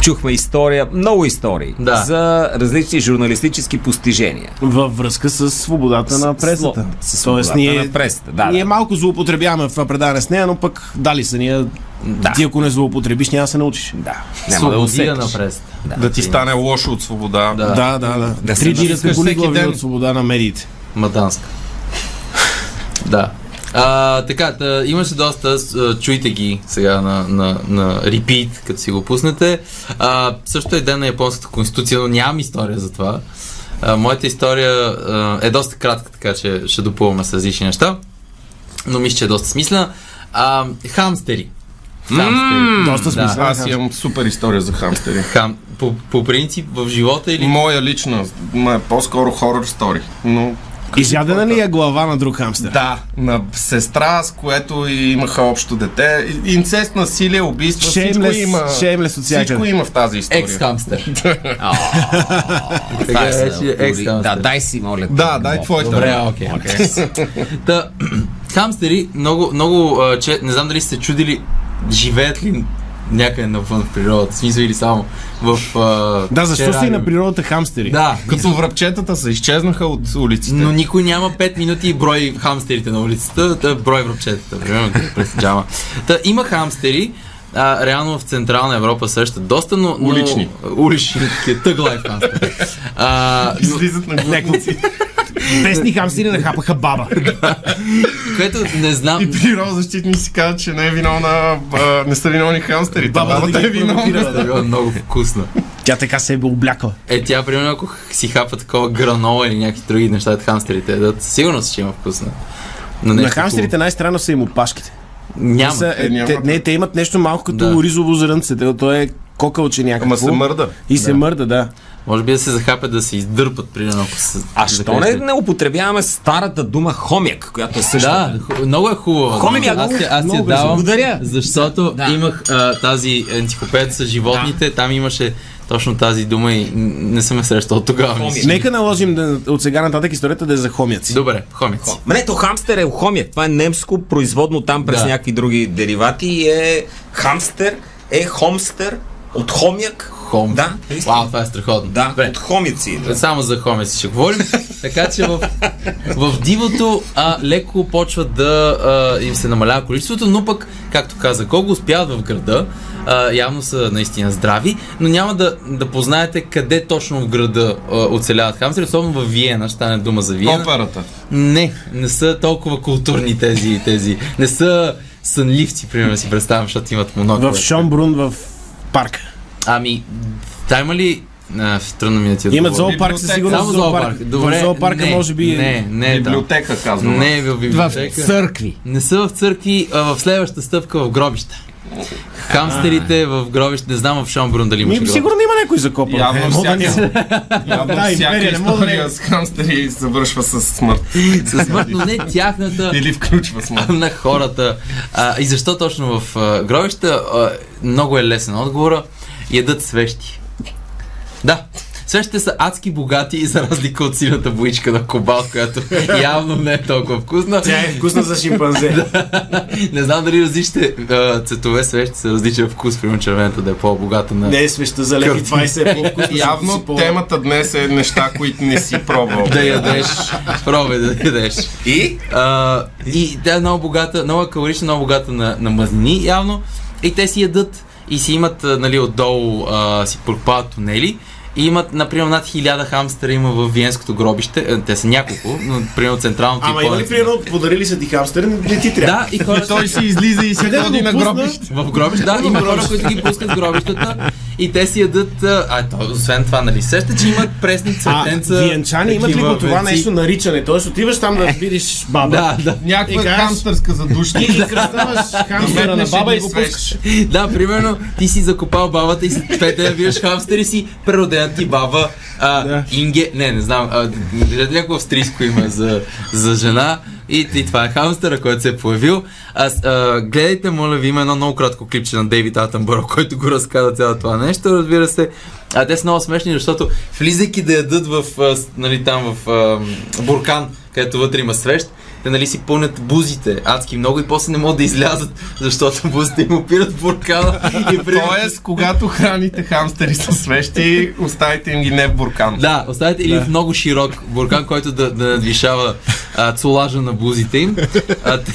[SPEAKER 2] Чухме история, много истории
[SPEAKER 3] Да.
[SPEAKER 2] за различни журналистически постижения.
[SPEAKER 4] Във връзка с свободата на пресата.
[SPEAKER 2] С, с
[SPEAKER 4] Тоест,
[SPEAKER 2] ние...
[SPEAKER 4] ние,
[SPEAKER 2] на пресата. Да,
[SPEAKER 4] ние
[SPEAKER 2] да.
[SPEAKER 4] малко злоупотребяваме в това предаване с нея, но пък дали са ние.
[SPEAKER 2] Да.
[SPEAKER 4] Ти ако не злоупотребиш, няма да се научиш.
[SPEAKER 2] да. Няма да
[SPEAKER 3] Свободия
[SPEAKER 2] усетиш.
[SPEAKER 3] на пресата.
[SPEAKER 5] Да ти стане лошо от свобода.
[SPEAKER 3] Да.
[SPEAKER 4] Да, да, да.
[SPEAKER 2] Да се
[SPEAKER 4] Три дни
[SPEAKER 5] натискаш всеки
[SPEAKER 4] разколи
[SPEAKER 5] ден.
[SPEAKER 4] от свобода на медиите.
[SPEAKER 3] Маданска. да. А, така, та, имаше доста, с- а, чуйте ги сега на, на, на репит, като си го пуснете. А, също е ден на Японската конституция, но нямам история за това. А, моята история а, е доста кратка, така че ще допълваме с различни неща, но мисля, че е доста смислена. А, хамстери. Хамстери.
[SPEAKER 4] Доста смисъл.
[SPEAKER 5] Аз имам супер история за хамстери.
[SPEAKER 3] Хам, по, по принцип в живота или...
[SPEAKER 5] Моя лична, ма е по-скоро хорър стори. Но
[SPEAKER 4] Изядена ли е глава на друг хамстер?
[SPEAKER 5] да, на сестра, с което и имаха общо дете. И- Инцест, насилие, убийство, всичко
[SPEAKER 4] Шеймлес,
[SPEAKER 5] има.
[SPEAKER 4] шеймлес от
[SPEAKER 5] Всичко
[SPEAKER 4] всякъде.
[SPEAKER 5] има в тази история.
[SPEAKER 3] Екс-хамстер.
[SPEAKER 2] Това е
[SPEAKER 3] Така е,
[SPEAKER 2] за-
[SPEAKER 3] си е екс-хамстер.
[SPEAKER 2] Да, дай си, моля.
[SPEAKER 5] Да, дай
[SPEAKER 2] Боб.
[SPEAKER 5] твоята.
[SPEAKER 3] Добре, окей. Та, хамстери, много, много, а, че, не знам дали сте чудили, живеят ли някъде навън в природата, в смисъл или само в... А,
[SPEAKER 4] Да, защо
[SPEAKER 3] терариум.
[SPEAKER 4] са и на природата хамстери?
[SPEAKER 3] Да,
[SPEAKER 5] Като връбчетата са изчезнаха от улиците.
[SPEAKER 3] но никой няма 5 минути и брой хамстерите на улицата, та брой връбчетата, примерно, като през джама. Та, има хамстери, а, реално в Централна Европа също доста, но... но-
[SPEAKER 5] Улични.
[SPEAKER 3] Улични, тъглайф хамстери. А, но-
[SPEAKER 5] Излизат на
[SPEAKER 4] Някакви песни хамстери нахапаха баба.
[SPEAKER 3] което не знам...
[SPEAKER 5] И природозащитни си казват, че не е виновна, а, не са виновни хамстерите. Бабата е виновна.
[SPEAKER 3] Да, било много вкусно.
[SPEAKER 4] Тя така се е облякла.
[SPEAKER 3] Е, тя, примерно, ако х- си хапа такова гранола или някакви други неща от хамстерите, ядат, сигурно ще има вкусно. Но
[SPEAKER 4] На
[SPEAKER 3] нещо
[SPEAKER 4] хамстерите най-странно са им опашките.
[SPEAKER 3] такова. няма.
[SPEAKER 4] Са,
[SPEAKER 5] Е,
[SPEAKER 4] е,
[SPEAKER 5] няма
[SPEAKER 4] те,
[SPEAKER 5] как.
[SPEAKER 4] не, те имат нещо малко като
[SPEAKER 3] Да.
[SPEAKER 4] ризово зрънце. Те- То е кокълче някакво.
[SPEAKER 5] Ама се мърда.
[SPEAKER 4] И се мърда, да.
[SPEAKER 3] Може би да се захапят да се издърпат, примерно, ако се...
[SPEAKER 2] А що не, не употребяваме старата дума хомяк, която е същата?
[SPEAKER 3] Да, ху- много е хубаво.
[SPEAKER 2] Хомяк,
[SPEAKER 3] аз, ти- аз ти я
[SPEAKER 2] много
[SPEAKER 3] давам,
[SPEAKER 2] благодаря.
[SPEAKER 3] защото
[SPEAKER 2] Да.
[SPEAKER 3] имах а, тази ентикопед с животните, там имаше точно тази дума и н- не съм я срещал от тогава.
[SPEAKER 2] Хомяк.
[SPEAKER 5] Е.
[SPEAKER 3] мисля.
[SPEAKER 4] Нека наложим да, от сега нататък историята да е за хомяци.
[SPEAKER 3] Добре, хомици.
[SPEAKER 2] Ма не, то хамстер е хомяк. Това е немско, производно там през
[SPEAKER 3] Да.
[SPEAKER 2] някакви други деривати и е хамстер, е хомстер, От хомяк.
[SPEAKER 3] Хом.
[SPEAKER 2] Да, наистина.
[SPEAKER 3] Вау, това е страхотно.
[SPEAKER 2] Да,
[SPEAKER 3] Добре.
[SPEAKER 2] от хомици. идва.
[SPEAKER 3] Само за хомец ще говорим. Така че в, в дивото а, леко почват да а, им се намалява количеството, но пък, както каза Кого, успяват в града. А, явно са наистина здрави, но няма да, да познаете къде точно в града а, оцеляват хамстери, особено в Виена, ще стане дума за Виена.
[SPEAKER 5] Операта.
[SPEAKER 3] Не, не са толкова културни тези, тези. Не са сънливци, примерно си представям, защото имат монокле.
[SPEAKER 4] В Шонбрун в парка.
[SPEAKER 3] Ами, та има ли... А, трудно ми да ти
[SPEAKER 4] Имат
[SPEAKER 3] отговоря.
[SPEAKER 4] зоопарк със
[SPEAKER 5] Библиотека.
[SPEAKER 4] сигурност.
[SPEAKER 3] Само
[SPEAKER 4] зоопарк.
[SPEAKER 3] зоопарк. Добре,
[SPEAKER 4] в зоопарка
[SPEAKER 3] не,
[SPEAKER 4] може би...
[SPEAKER 3] Не, не е там.
[SPEAKER 5] Библиотека, казвам.
[SPEAKER 3] Не е в
[SPEAKER 6] В
[SPEAKER 3] библиотека.
[SPEAKER 6] църкви.
[SPEAKER 3] Не са в църкви, а в следващата стъпка в гробища. Хамстерите в гробища, не знам в Шонбрун дали имаше
[SPEAKER 4] Ми,
[SPEAKER 3] гробища.
[SPEAKER 4] сигурно има някой закопан.
[SPEAKER 5] Явно
[SPEAKER 4] Е, мога да
[SPEAKER 5] всяка,
[SPEAKER 4] не е.
[SPEAKER 5] явно
[SPEAKER 4] Да,
[SPEAKER 5] всяка
[SPEAKER 4] империя, не мога да не е.
[SPEAKER 5] история с хамстери завършва с смърт.
[SPEAKER 3] Със смърт, но не тяхната.
[SPEAKER 5] Или включва смърт.
[SPEAKER 3] на хората. А, и защо точно в а, гробища? А, много е лесен отговора. Ядат свещи. Да, свещите са адски богати и за разлика от сината боичка на кобал, която явно не е толкова вкусна.
[SPEAKER 4] Тя е вкусна за шимпанзе.
[SPEAKER 3] Не знам дали различните а, цветове свещи са различен вкус, примерно червената да е по-богата на...
[SPEAKER 4] Не е свеща за леки 20 е по-вкусно.
[SPEAKER 5] Явно темата днес е неща, които не си пробвал.
[SPEAKER 3] Да ядеш, пробай да ядеш. И? А, и тя е много богата, много е калорична, много богата на, на мазнини, явно. И те си ядат и си имат, а, нали, отдолу а, си прокопават тунели. И имат, например, над хиляда хамстера има в Виенското гробище. Е, Те са няколко, но, примерно, централното
[SPEAKER 4] Ама има ли
[SPEAKER 3] по-над-
[SPEAKER 4] примерно подарили са ти хамстер, не ти трябва.
[SPEAKER 3] Да, и хората...
[SPEAKER 5] Той си излиза и се
[SPEAKER 4] Къде да
[SPEAKER 5] ходи
[SPEAKER 4] го
[SPEAKER 5] на
[SPEAKER 4] пусна?
[SPEAKER 5] гробище.
[SPEAKER 3] В гробища, да, има хора, които ги пускат в гробищата и те си ядат, а, а то, освен това, нали, сеща, че имат пресни
[SPEAKER 4] А,
[SPEAKER 3] цветенца.
[SPEAKER 4] виенчани имат ли
[SPEAKER 3] такива
[SPEAKER 4] го това
[SPEAKER 3] венци.
[SPEAKER 4] нещо наричане? Тоест отиваш там да видиш баба.
[SPEAKER 3] Да, да.
[SPEAKER 5] Някаква
[SPEAKER 4] И кажеш-
[SPEAKER 5] хамстърска
[SPEAKER 4] И
[SPEAKER 5] задушка.
[SPEAKER 4] ги кръстъваш хамстера на
[SPEAKER 5] Метнеш
[SPEAKER 4] баба и
[SPEAKER 5] едни
[SPEAKER 4] го
[SPEAKER 5] свещи.
[SPEAKER 4] пускаш.
[SPEAKER 3] Да, примерно, ти си закопал бабата и след пет дена виждаш хамстери си, преродена ти баба а, Инге, не, не знам, а, някакво австрийско има за, за жена. И, и това е хамстера, който се е появил. Аз, а, гледайте, моля ви, има едно много кратко клипче на Дейвид Атенбъро, който го разказа цялото това нещо, разбира се. А те са много смешни, защото влизайки да ядат в, а, с- нали, там в а, буркан, където вътре има свещ, те нали си пълнят бузите адски много и после не могат да излязат, защото бузите им опират в буркана и при...
[SPEAKER 4] е
[SPEAKER 5] Тоест, когато храните хамстери с свещи, оставите им ги не в буркан.
[SPEAKER 3] Да, оставете или в много широк буркан, който да, да надвишава а, цолажа на бузите им. А, те-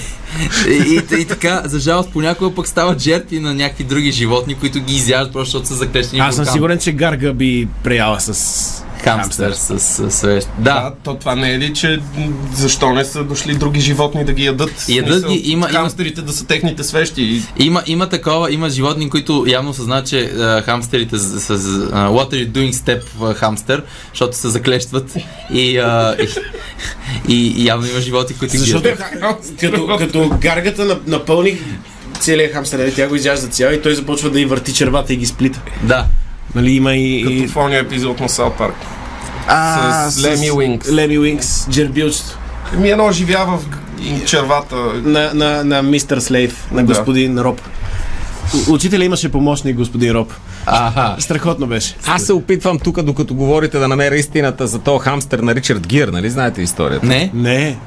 [SPEAKER 3] и, и, и, така, за жалост, понякога пък стават жертви на някакви други животни, които ги изяждат, просто защото са заклещени в
[SPEAKER 4] Аз съм
[SPEAKER 3] буркан.
[SPEAKER 4] сигурен, че Гарга би преяла с
[SPEAKER 3] Хамстер с, с, свещ. Да,
[SPEAKER 5] А, то това не е ли, че м, защо не са дошли други животни да ги ядат?
[SPEAKER 3] Ядат
[SPEAKER 5] Смисъл,
[SPEAKER 3] ги, има- има-
[SPEAKER 5] Хамстерите да са техните свещи. И
[SPEAKER 3] Има, има такова, има животни, които явно съзнават, че а, хамстерите с, с, с а, what are you doing step а, хамстер, защото се заклещват и, а, и, и, и явно има животи, които ги
[SPEAKER 4] Защото
[SPEAKER 3] ядат.
[SPEAKER 4] Е, като, като гаргата нап- напълни целия хамстер, нали, тя го изяжда цял и той започва да и върти червата и ги сплита.
[SPEAKER 3] Да.
[SPEAKER 4] Нали, има и...
[SPEAKER 5] като
[SPEAKER 4] и-
[SPEAKER 5] в ония епизод на Саут Парк.
[SPEAKER 4] а,
[SPEAKER 5] с Леми Уинкс.
[SPEAKER 4] Леми Уинкс, джербилчето.
[SPEAKER 5] Ми едно оживява в г- червата.
[SPEAKER 4] На, на, на мистер Слейв, на господин Роб. У- Учителя имаше помощник господин Роб.
[SPEAKER 3] Аха.
[SPEAKER 4] Страхотно беше.
[SPEAKER 2] Аз се опитвам тук, докато говорите, да намеря истината за този хамстер на Ричард Гир, нали знаете историята?
[SPEAKER 3] Не?
[SPEAKER 4] Не.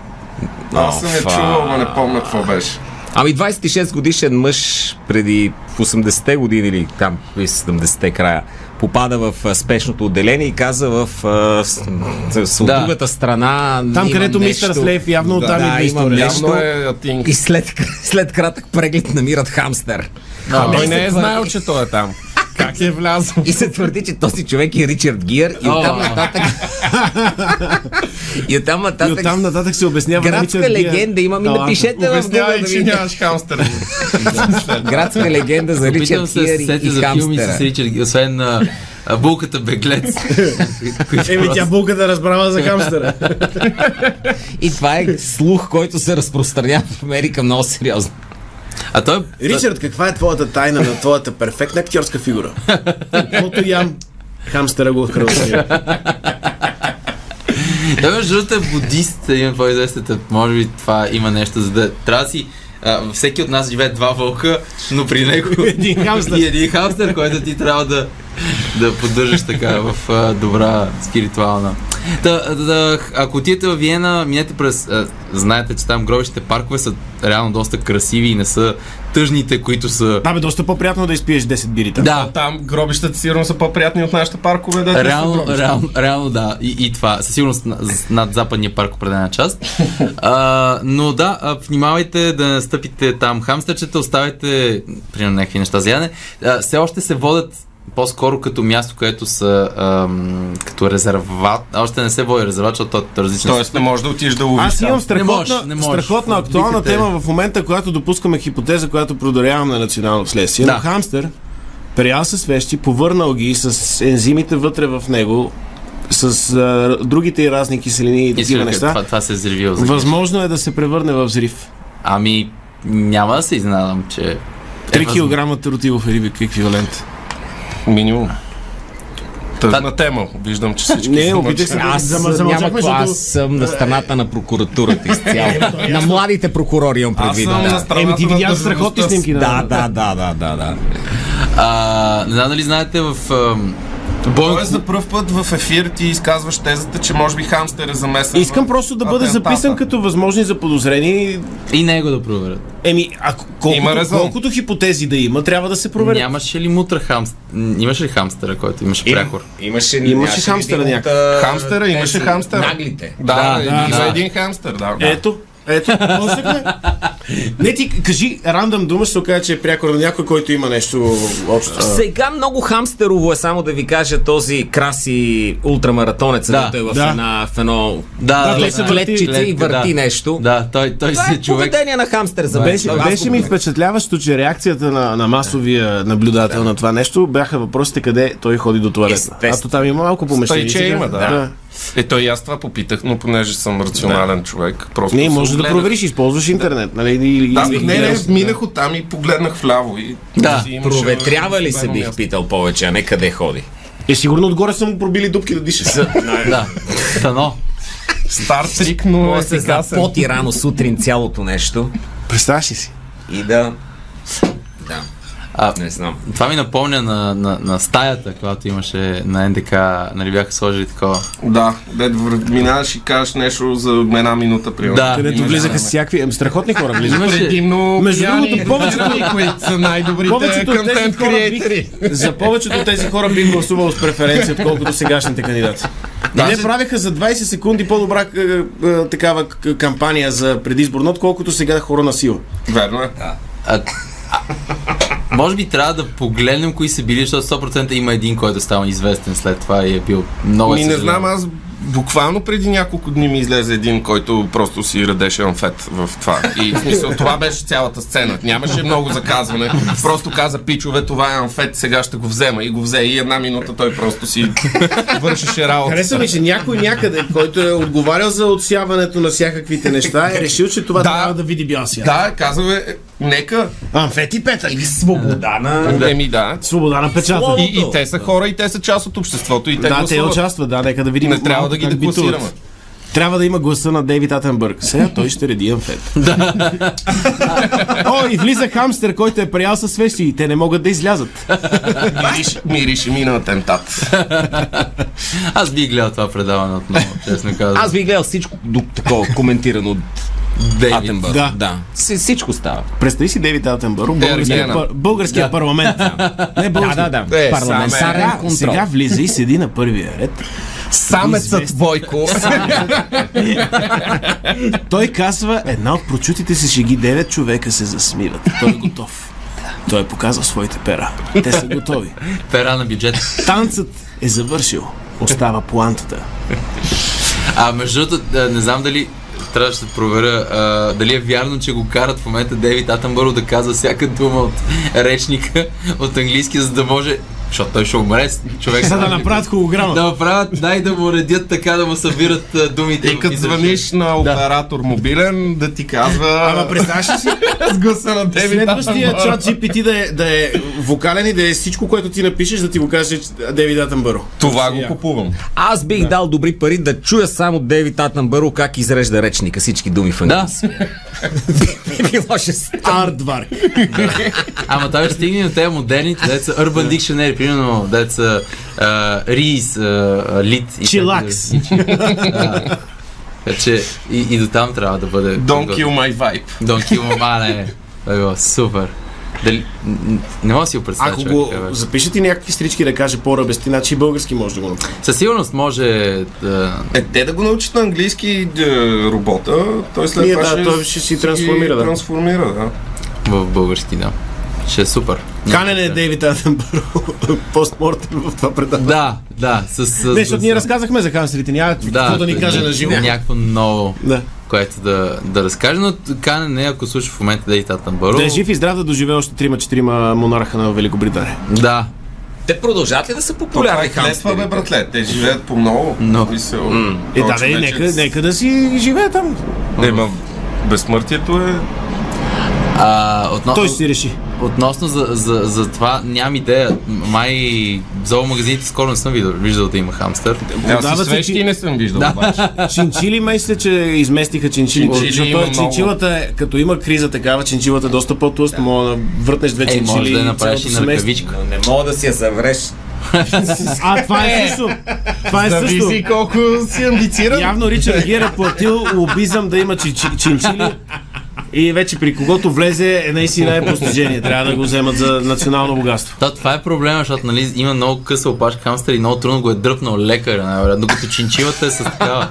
[SPEAKER 5] Аз съм я
[SPEAKER 2] Офа.
[SPEAKER 5] чувал, но не помня какво беше.
[SPEAKER 2] Ами 26 годишен мъж преди в 80-те години или там при 70-те края попада в а, спешното отделение и каза в, а, с, с, с от
[SPEAKER 3] Да.
[SPEAKER 2] другата страна
[SPEAKER 4] Там,
[SPEAKER 2] имам
[SPEAKER 4] където
[SPEAKER 2] нещо.
[SPEAKER 4] мистер Слейв явно
[SPEAKER 2] Да,
[SPEAKER 4] оттам
[SPEAKER 2] да,
[SPEAKER 4] идва
[SPEAKER 2] имам
[SPEAKER 4] историята.
[SPEAKER 2] нещо.
[SPEAKER 5] Явно е Атинг.
[SPEAKER 2] И след, след кратък преглед намират хамстер.
[SPEAKER 5] А,
[SPEAKER 2] той не е
[SPEAKER 5] знаел, че той е там. Как е влязъл?
[SPEAKER 2] И се твърди, че този човек е Ричард Гир и
[SPEAKER 3] О.
[SPEAKER 2] оттам нататък... и оттам
[SPEAKER 4] И
[SPEAKER 2] нататък...
[SPEAKER 4] оттам нататък се обяснява. нали,
[SPEAKER 2] Градска
[SPEAKER 4] Ричард Гир.
[SPEAKER 2] легенда има, ми
[SPEAKER 4] Талант.
[SPEAKER 2] напишете в Google
[SPEAKER 5] Обяснявай,
[SPEAKER 2] да
[SPEAKER 5] че
[SPEAKER 2] видите.
[SPEAKER 5] нямаш хамстер.
[SPEAKER 2] Градска легенда за
[SPEAKER 3] Опитвам
[SPEAKER 2] Ричард
[SPEAKER 3] се да
[SPEAKER 2] Гир
[SPEAKER 3] се
[SPEAKER 2] и,
[SPEAKER 3] сетя
[SPEAKER 2] и
[SPEAKER 3] за филми
[SPEAKER 2] хамстера.
[SPEAKER 3] с Ричард, Гир, освен а, а, Булката Беглец. които
[SPEAKER 4] Еми
[SPEAKER 3] просто-
[SPEAKER 4] тя булката разбрава за хамстера.
[SPEAKER 2] И това е слух, който се разпространява в Америка много сериозно.
[SPEAKER 3] А той е
[SPEAKER 4] Ричард, каква е твоята тайна на твоята перфектна актьорска фигура? Каквото ям, хамстера го е отхранва.
[SPEAKER 3] Да, между другото е будист, един по-известен, може би това има нещо, за да трябва да си а, всеки от нас живее два вълка, но при него
[SPEAKER 4] Един хамстер.
[SPEAKER 3] и един хамстер, който ти трябва да, да поддържаш така в а, добра спиритуална Та, да, ако отидете в Виена, минете през... А, знаете, че там гробищните паркове са реално доста красиви и не са тъжните, които са...
[SPEAKER 4] Да, бе, е доста по-приятно да изпиеш 10 бири там.
[SPEAKER 3] Да,
[SPEAKER 5] Там гробищата сигурно са по-приятни от нашите паркове. Да, те са
[SPEAKER 3] Реално,
[SPEAKER 5] гробища.
[SPEAKER 3] реално, реално да. И, и това със сигурност на- с- над западния парк определена част. А, но да, а, внимавайте да не стъпите там хамстърчета, оставяйте примерно някакви неща за ядене. А, все още се водят по-скоро като място, където са ам, като резерват. А, Още не се води резерват, защото то е различно.
[SPEAKER 5] Тоест не можеш да отидеш да ловиш.
[SPEAKER 4] Аз
[SPEAKER 5] сам.
[SPEAKER 4] имам страхотна,
[SPEAKER 3] можеш, не можеш.
[SPEAKER 4] страхотна актуална
[SPEAKER 3] Викате.
[SPEAKER 4] тема в момента, която допускаме хипотеза, която продарявам на национално следствие.
[SPEAKER 3] Да.
[SPEAKER 4] Но хамстер, приял се с вещи, повърнал ги с ензимите вътре в него, с а, другите и разни киселини и такива
[SPEAKER 3] Искам да кажа,
[SPEAKER 4] неща,
[SPEAKER 3] това, това се е взривило. за геш.
[SPEAKER 4] възможно е да се превърне в взрив.
[SPEAKER 3] Ами, няма да се изненадам, че... е възможно.
[SPEAKER 4] 3 кг тротилов рибик еквивалент.
[SPEAKER 5] Минимум.
[SPEAKER 3] Та-
[SPEAKER 5] Тъжна тема. Виждам, че всички
[SPEAKER 4] Не,
[SPEAKER 5] са
[SPEAKER 4] опитах се
[SPEAKER 5] мъчени.
[SPEAKER 4] да
[SPEAKER 2] Аз
[SPEAKER 4] зама-
[SPEAKER 2] няма
[SPEAKER 4] замълчах
[SPEAKER 2] какво,
[SPEAKER 4] между
[SPEAKER 2] аз съм на страната на прокуратурата изцяло. на младите прокурори имам
[SPEAKER 5] Аз
[SPEAKER 2] предвид.
[SPEAKER 5] съм на
[SPEAKER 2] Да.
[SPEAKER 5] страната
[SPEAKER 4] Еми, ти
[SPEAKER 5] на
[SPEAKER 4] видя
[SPEAKER 5] държавността.
[SPEAKER 4] страхотни снимки.
[SPEAKER 2] Да, да, да, да, да, да.
[SPEAKER 3] А, не знам дали знаете в... ам, Бойно
[SPEAKER 5] Тоест, за първ път в ефир ти изказваш тезата, че може би хамстер е замесен.
[SPEAKER 4] Искам
[SPEAKER 5] в
[SPEAKER 4] просто да бъде
[SPEAKER 5] атентата.
[SPEAKER 4] записан като възможни за подозрени.
[SPEAKER 3] И него да проверят.
[SPEAKER 4] Еми, ако,
[SPEAKER 5] Има
[SPEAKER 4] колкото,
[SPEAKER 5] резон.
[SPEAKER 4] колкото хипотези да има, трябва да се проверят.
[SPEAKER 3] Нямаше ли мутра хамстер? Имаше ли хамстера, който имаше прякор?
[SPEAKER 2] Е, Имаше,
[SPEAKER 4] нямаше ли
[SPEAKER 2] хамстера
[SPEAKER 4] един
[SPEAKER 2] някакъв.
[SPEAKER 5] Хамстера, имаше хамстера.
[SPEAKER 2] Наглите.
[SPEAKER 5] Да,
[SPEAKER 3] Да,
[SPEAKER 5] да,
[SPEAKER 3] да,
[SPEAKER 5] за
[SPEAKER 3] да.
[SPEAKER 5] един хамстер, да. да.
[SPEAKER 4] Ето, ето, почнахме. Не ти кажи рандъм дума, ще се окаже, че е прякор на някой, който има нещо общо.
[SPEAKER 2] Сега много хамстерово е само да ви кажа този краси ултрамаратонец,
[SPEAKER 3] Да,
[SPEAKER 2] да, е в,
[SPEAKER 4] да.
[SPEAKER 2] една, в едно
[SPEAKER 3] Да,
[SPEAKER 4] Да,
[SPEAKER 3] да,
[SPEAKER 4] той
[SPEAKER 3] да,
[SPEAKER 4] се
[SPEAKER 3] да.
[SPEAKER 4] върти,
[SPEAKER 2] клетчице и върти
[SPEAKER 3] да.
[SPEAKER 2] нещо.
[SPEAKER 3] Да, той, той
[SPEAKER 2] Това
[SPEAKER 3] си
[SPEAKER 2] е
[SPEAKER 3] е човек.
[SPEAKER 2] поведение на хамстер за мен.
[SPEAKER 4] Беше,
[SPEAKER 2] Аз го
[SPEAKER 4] беше ми
[SPEAKER 2] гледах.
[SPEAKER 4] впечатляващо, че реакцията на, на масовия наблюдател на това нещо бяха въпросите къде той ходи до туалетна.
[SPEAKER 2] Естествено.
[SPEAKER 4] Ато там има малко помещение.
[SPEAKER 5] Стойче
[SPEAKER 4] сега-
[SPEAKER 5] има, да. Е, той и аз това попитах, но понеже съм рационален човек, просто
[SPEAKER 4] Не,
[SPEAKER 5] се
[SPEAKER 4] може да
[SPEAKER 5] огледах.
[SPEAKER 4] провериш, използваш интернет, нали? и- и-
[SPEAKER 5] Да,
[SPEAKER 4] и-
[SPEAKER 5] не, не,
[SPEAKER 4] и-
[SPEAKER 5] минах оттам и погледнах вляво и...
[SPEAKER 3] Да,
[SPEAKER 5] си имаше
[SPEAKER 2] Проветрява ли се
[SPEAKER 5] безбройно
[SPEAKER 2] бих
[SPEAKER 5] място.
[SPEAKER 2] питал повече, а не къде ходи?
[SPEAKER 4] Е, сигурно отгоре са му пробили дупки да диша.
[SPEAKER 3] Да. Тано.
[SPEAKER 5] Стар трик, но
[SPEAKER 2] Той
[SPEAKER 5] е
[SPEAKER 2] се
[SPEAKER 5] сега
[SPEAKER 2] запоти рано сутрин цялото нещо
[SPEAKER 4] Представяш ли си?
[SPEAKER 2] и да... Да,
[SPEAKER 3] А,
[SPEAKER 2] не знам.
[SPEAKER 3] това ми напомня на, на, на стаята, която имаше на НДК, нали бяха сложили такова.
[SPEAKER 5] Да, дед вр- минаваш и кажеш нещо за една минута, примерно.
[SPEAKER 3] Да.
[SPEAKER 5] Имаш
[SPEAKER 4] Където влизаха с всякакви... ем, Страхотни хора влизаха.
[SPEAKER 5] Предимно
[SPEAKER 4] Между
[SPEAKER 5] пияни,
[SPEAKER 4] другото, повечето-
[SPEAKER 5] които са най-добрите
[SPEAKER 4] Повечето от тези
[SPEAKER 5] контент
[SPEAKER 4] хора бих,
[SPEAKER 5] креатори.
[SPEAKER 4] за повечето от тези хора бих гласувал с преференция, отколкото сегашните кандидати. Да,
[SPEAKER 3] Да,
[SPEAKER 4] не
[SPEAKER 3] се-
[SPEAKER 4] правеха за 20 секунди по-добра е, е, такава к- кампания за предизборно, отколкото сега хора на сила.
[SPEAKER 5] Верно е.
[SPEAKER 3] А, а, може би трябва да погледнем кои са били, защото 100% има един, който става известен след това и е бил много е
[SPEAKER 5] Ми не
[SPEAKER 3] съжален.
[SPEAKER 5] знам, аз буквално преди няколко дни ми излезе един, който просто си радеше амфет в това. И в смисъл, това беше цялата сцена. Нямаше много заказване. Просто каза, пичове, това е амфет, сега ще го взема. И го взе. И една минута той просто си вършеше работа.
[SPEAKER 4] Харесва ми, че някой някъде, който е отговарял за отсяването на всякаквите неща, е решил, че това
[SPEAKER 5] Да.
[SPEAKER 4] трябва да види бял свят.
[SPEAKER 5] Да, казва, е, нека.
[SPEAKER 4] Амфети Петър.
[SPEAKER 2] Свобода на...
[SPEAKER 5] Еми да.
[SPEAKER 4] Свобода на печата.
[SPEAKER 5] И, и те са хора, и те са част от обществото, и те
[SPEAKER 4] Да, те е
[SPEAKER 5] гласуват.
[SPEAKER 4] участват, да, нека да видим.
[SPEAKER 5] Не трябва
[SPEAKER 4] малко
[SPEAKER 5] да ги
[SPEAKER 4] как битуват.
[SPEAKER 5] декласираме.
[SPEAKER 4] Трябва да има гласа на Дейвид Атенбърг. Сега той ще реди амфет. О, и влиза хамстер, който е приял със свещи и те не могат да излязат.
[SPEAKER 5] Мирише, мирише ми на е атентат.
[SPEAKER 3] Аз би гледал това предаване отново, честно казвам.
[SPEAKER 2] Аз би гледал всичко до такова коментирано от
[SPEAKER 3] Дейвид.
[SPEAKER 2] Атенбър.
[SPEAKER 4] Да.
[SPEAKER 2] Е, да. Си- всичко става.
[SPEAKER 4] Представи си Дейвид
[SPEAKER 5] Е,
[SPEAKER 4] Атенбърг, българския,
[SPEAKER 5] Ергена.
[SPEAKER 4] пар- българския парламент. Не,
[SPEAKER 2] Да,
[SPEAKER 4] български.
[SPEAKER 2] да, да.
[SPEAKER 5] Е,
[SPEAKER 2] Парламентарен
[SPEAKER 4] Сега,
[SPEAKER 2] контрол.
[SPEAKER 4] сега влиза и седи на първия ред.
[SPEAKER 5] Самецът Бойко.
[SPEAKER 4] Той казва, една от прочутите си шеги, девет човека се засмиват. Той е готов. Той е показал своите пера. Те са готови.
[SPEAKER 3] Пера на бюджет.
[SPEAKER 4] Танцът е завършил. Остава плантата.
[SPEAKER 3] А между другото, да, не знам дали трябваше да проверя а, дали е вярно, че го карат в момента Дейвид Атенбъро да казва всяка дума от речника от английски, за да може, защото той ще умре с- човек.
[SPEAKER 4] За да направят холограма.
[SPEAKER 3] да направят, дай да му редят така, да му събират а, думите.
[SPEAKER 5] И
[SPEAKER 3] в
[SPEAKER 5] като
[SPEAKER 3] изречение.
[SPEAKER 5] звъниш на оператор мобилен, да ти казва...
[SPEAKER 4] Ама представяш ли си?
[SPEAKER 5] с гласа на Девид
[SPEAKER 4] Следващия
[SPEAKER 5] Атенбър.
[SPEAKER 4] чат GPT да е, да е вокален и да е всичко, което ти напишеш, да ти го каже Девид Атенбъро.
[SPEAKER 5] Това го купувам.
[SPEAKER 2] Аз бих дал добри пари да чуя само Дейвид Атенбъро как изрежда речника всички думи в
[SPEAKER 3] Да,
[SPEAKER 2] английски. Да. Било ще стане.
[SPEAKER 4] Ардварк.
[SPEAKER 3] ама той ще стигне на тези модерните, деца Urban Dictionary, примерно, деца а, Рис, а, Лит. и
[SPEAKER 4] Чилакс.
[SPEAKER 3] как да- и чи- Да. Така че и, и до там трябва да бъде.
[SPEAKER 5] Don't kill my vibe.
[SPEAKER 3] Don't kill my man, е. Това е било супер. Дали, н- н- не мога да си го представя.
[SPEAKER 4] Ако
[SPEAKER 3] човек,
[SPEAKER 4] го
[SPEAKER 3] така, бе.
[SPEAKER 4] запишете някакви стрички да каже по-ръбести, значи и български може да го направи.
[SPEAKER 3] Със сигурност може да...
[SPEAKER 5] Е, те да го научат на английски е, робота, той след
[SPEAKER 4] Ние,
[SPEAKER 5] това
[SPEAKER 4] да, той ще си трансформира, да.
[SPEAKER 5] трансформира, да.
[SPEAKER 3] в български, да. Ще е супер.
[SPEAKER 4] Канен е Дейвид Атенбъро постмортем в това предаване.
[SPEAKER 3] Да, да, с... с
[SPEAKER 4] Не, защото ние разказахме за хамстерите, няма да, какво да ни каже на живо.
[SPEAKER 3] Някакво ново,
[SPEAKER 4] Да.
[SPEAKER 3] което да, да разкаже, но Канен не, ако слуша в момента Дейт Атанбаро.
[SPEAKER 4] Да е жив и здрав да доживее още 3-4 монарха на Великобритания.
[SPEAKER 3] Да,
[SPEAKER 2] Те продължават ли да са популярни
[SPEAKER 5] Това бе,
[SPEAKER 2] хамстерите?
[SPEAKER 5] братле, те живеят по много.
[SPEAKER 3] Но.
[SPEAKER 5] Мисъл,
[SPEAKER 4] Е,
[SPEAKER 5] този
[SPEAKER 4] да, бе,
[SPEAKER 5] човечец-
[SPEAKER 4] нека, нека да си живее там.
[SPEAKER 5] Е, ма, безсмъртието е...
[SPEAKER 3] а, относно,
[SPEAKER 4] Той ще си реши.
[SPEAKER 3] относно за, за, за, това нямам идея. Май зоомагазините скоро не съм виждал, виждал да има хамстър.
[SPEAKER 5] Аз
[SPEAKER 4] Продават
[SPEAKER 5] с
[SPEAKER 4] се
[SPEAKER 5] свещи
[SPEAKER 4] чи-
[SPEAKER 5] не съм виждал обаче.
[SPEAKER 4] Чинчили мисля, че изместиха чинчилите.
[SPEAKER 5] Чинчили
[SPEAKER 4] Защото
[SPEAKER 5] има много.
[SPEAKER 4] чинчилата, е, като има криза такава, чинчилата е доста по-тлъст, може да въртнеш две
[SPEAKER 3] Е,
[SPEAKER 4] чинчили.
[SPEAKER 3] може да я
[SPEAKER 4] и
[SPEAKER 3] направиш и
[SPEAKER 4] цялото
[SPEAKER 3] на
[SPEAKER 4] семейство.
[SPEAKER 3] ръкавичка.
[SPEAKER 2] Не мога да си я завреш.
[SPEAKER 4] А, това е също. Това е също.
[SPEAKER 5] колко си амбициран.
[SPEAKER 4] Явно Ричард Гир е платил лобизъм да има чи- чи- чинчили. И вече при когото влезе, е наистина е постижение. Трябва да го вземат за национално богатство.
[SPEAKER 3] Та, това е проблема, защото нали, има много къса опашка хамстър и много трудно го е дръпнал лекаря, най-вероятно, докато чинчилата е с такава.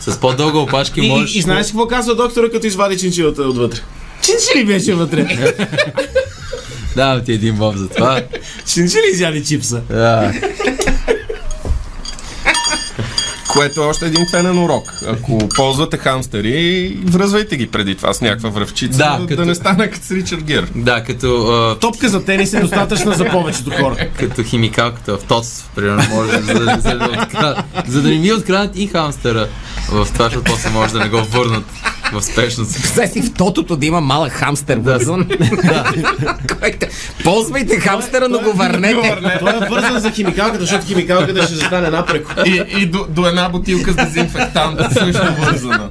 [SPEAKER 3] с по-дълга опашка
[SPEAKER 4] И,
[SPEAKER 3] можеш...
[SPEAKER 4] и, и знаеш какво казва доктора, като извади чинчилата отвътре? Е. Чинчили беше вътре.
[SPEAKER 3] Да, ти един боб за това.
[SPEAKER 4] Чинчили изяде чипса.
[SPEAKER 3] Да.
[SPEAKER 5] Което е още един ценен урок. Ако ползвате хамстери, връзвайте ги преди това с някаква връвчица,
[SPEAKER 3] Да,
[SPEAKER 5] да, да
[SPEAKER 3] като-
[SPEAKER 5] не стана като с Ричард Гир.
[SPEAKER 3] Да, като, а,
[SPEAKER 4] Топка за тенис е достатъчна за повечето хора.
[SPEAKER 3] като химикалката в тоц, примерно, може да, за, за, да открадат, за да не ви открадат и хамстера в това, защото после може да не го върнат в спешност.
[SPEAKER 2] Сега си в тотото да има малък хамстер вързан. Който- Ползвайте хамстера, но го върнете.
[SPEAKER 4] Той е вързан за химикалката, защото химикалката ще застане напреко.
[SPEAKER 5] И, и до, до една бутилка с дезинфектант също вързана.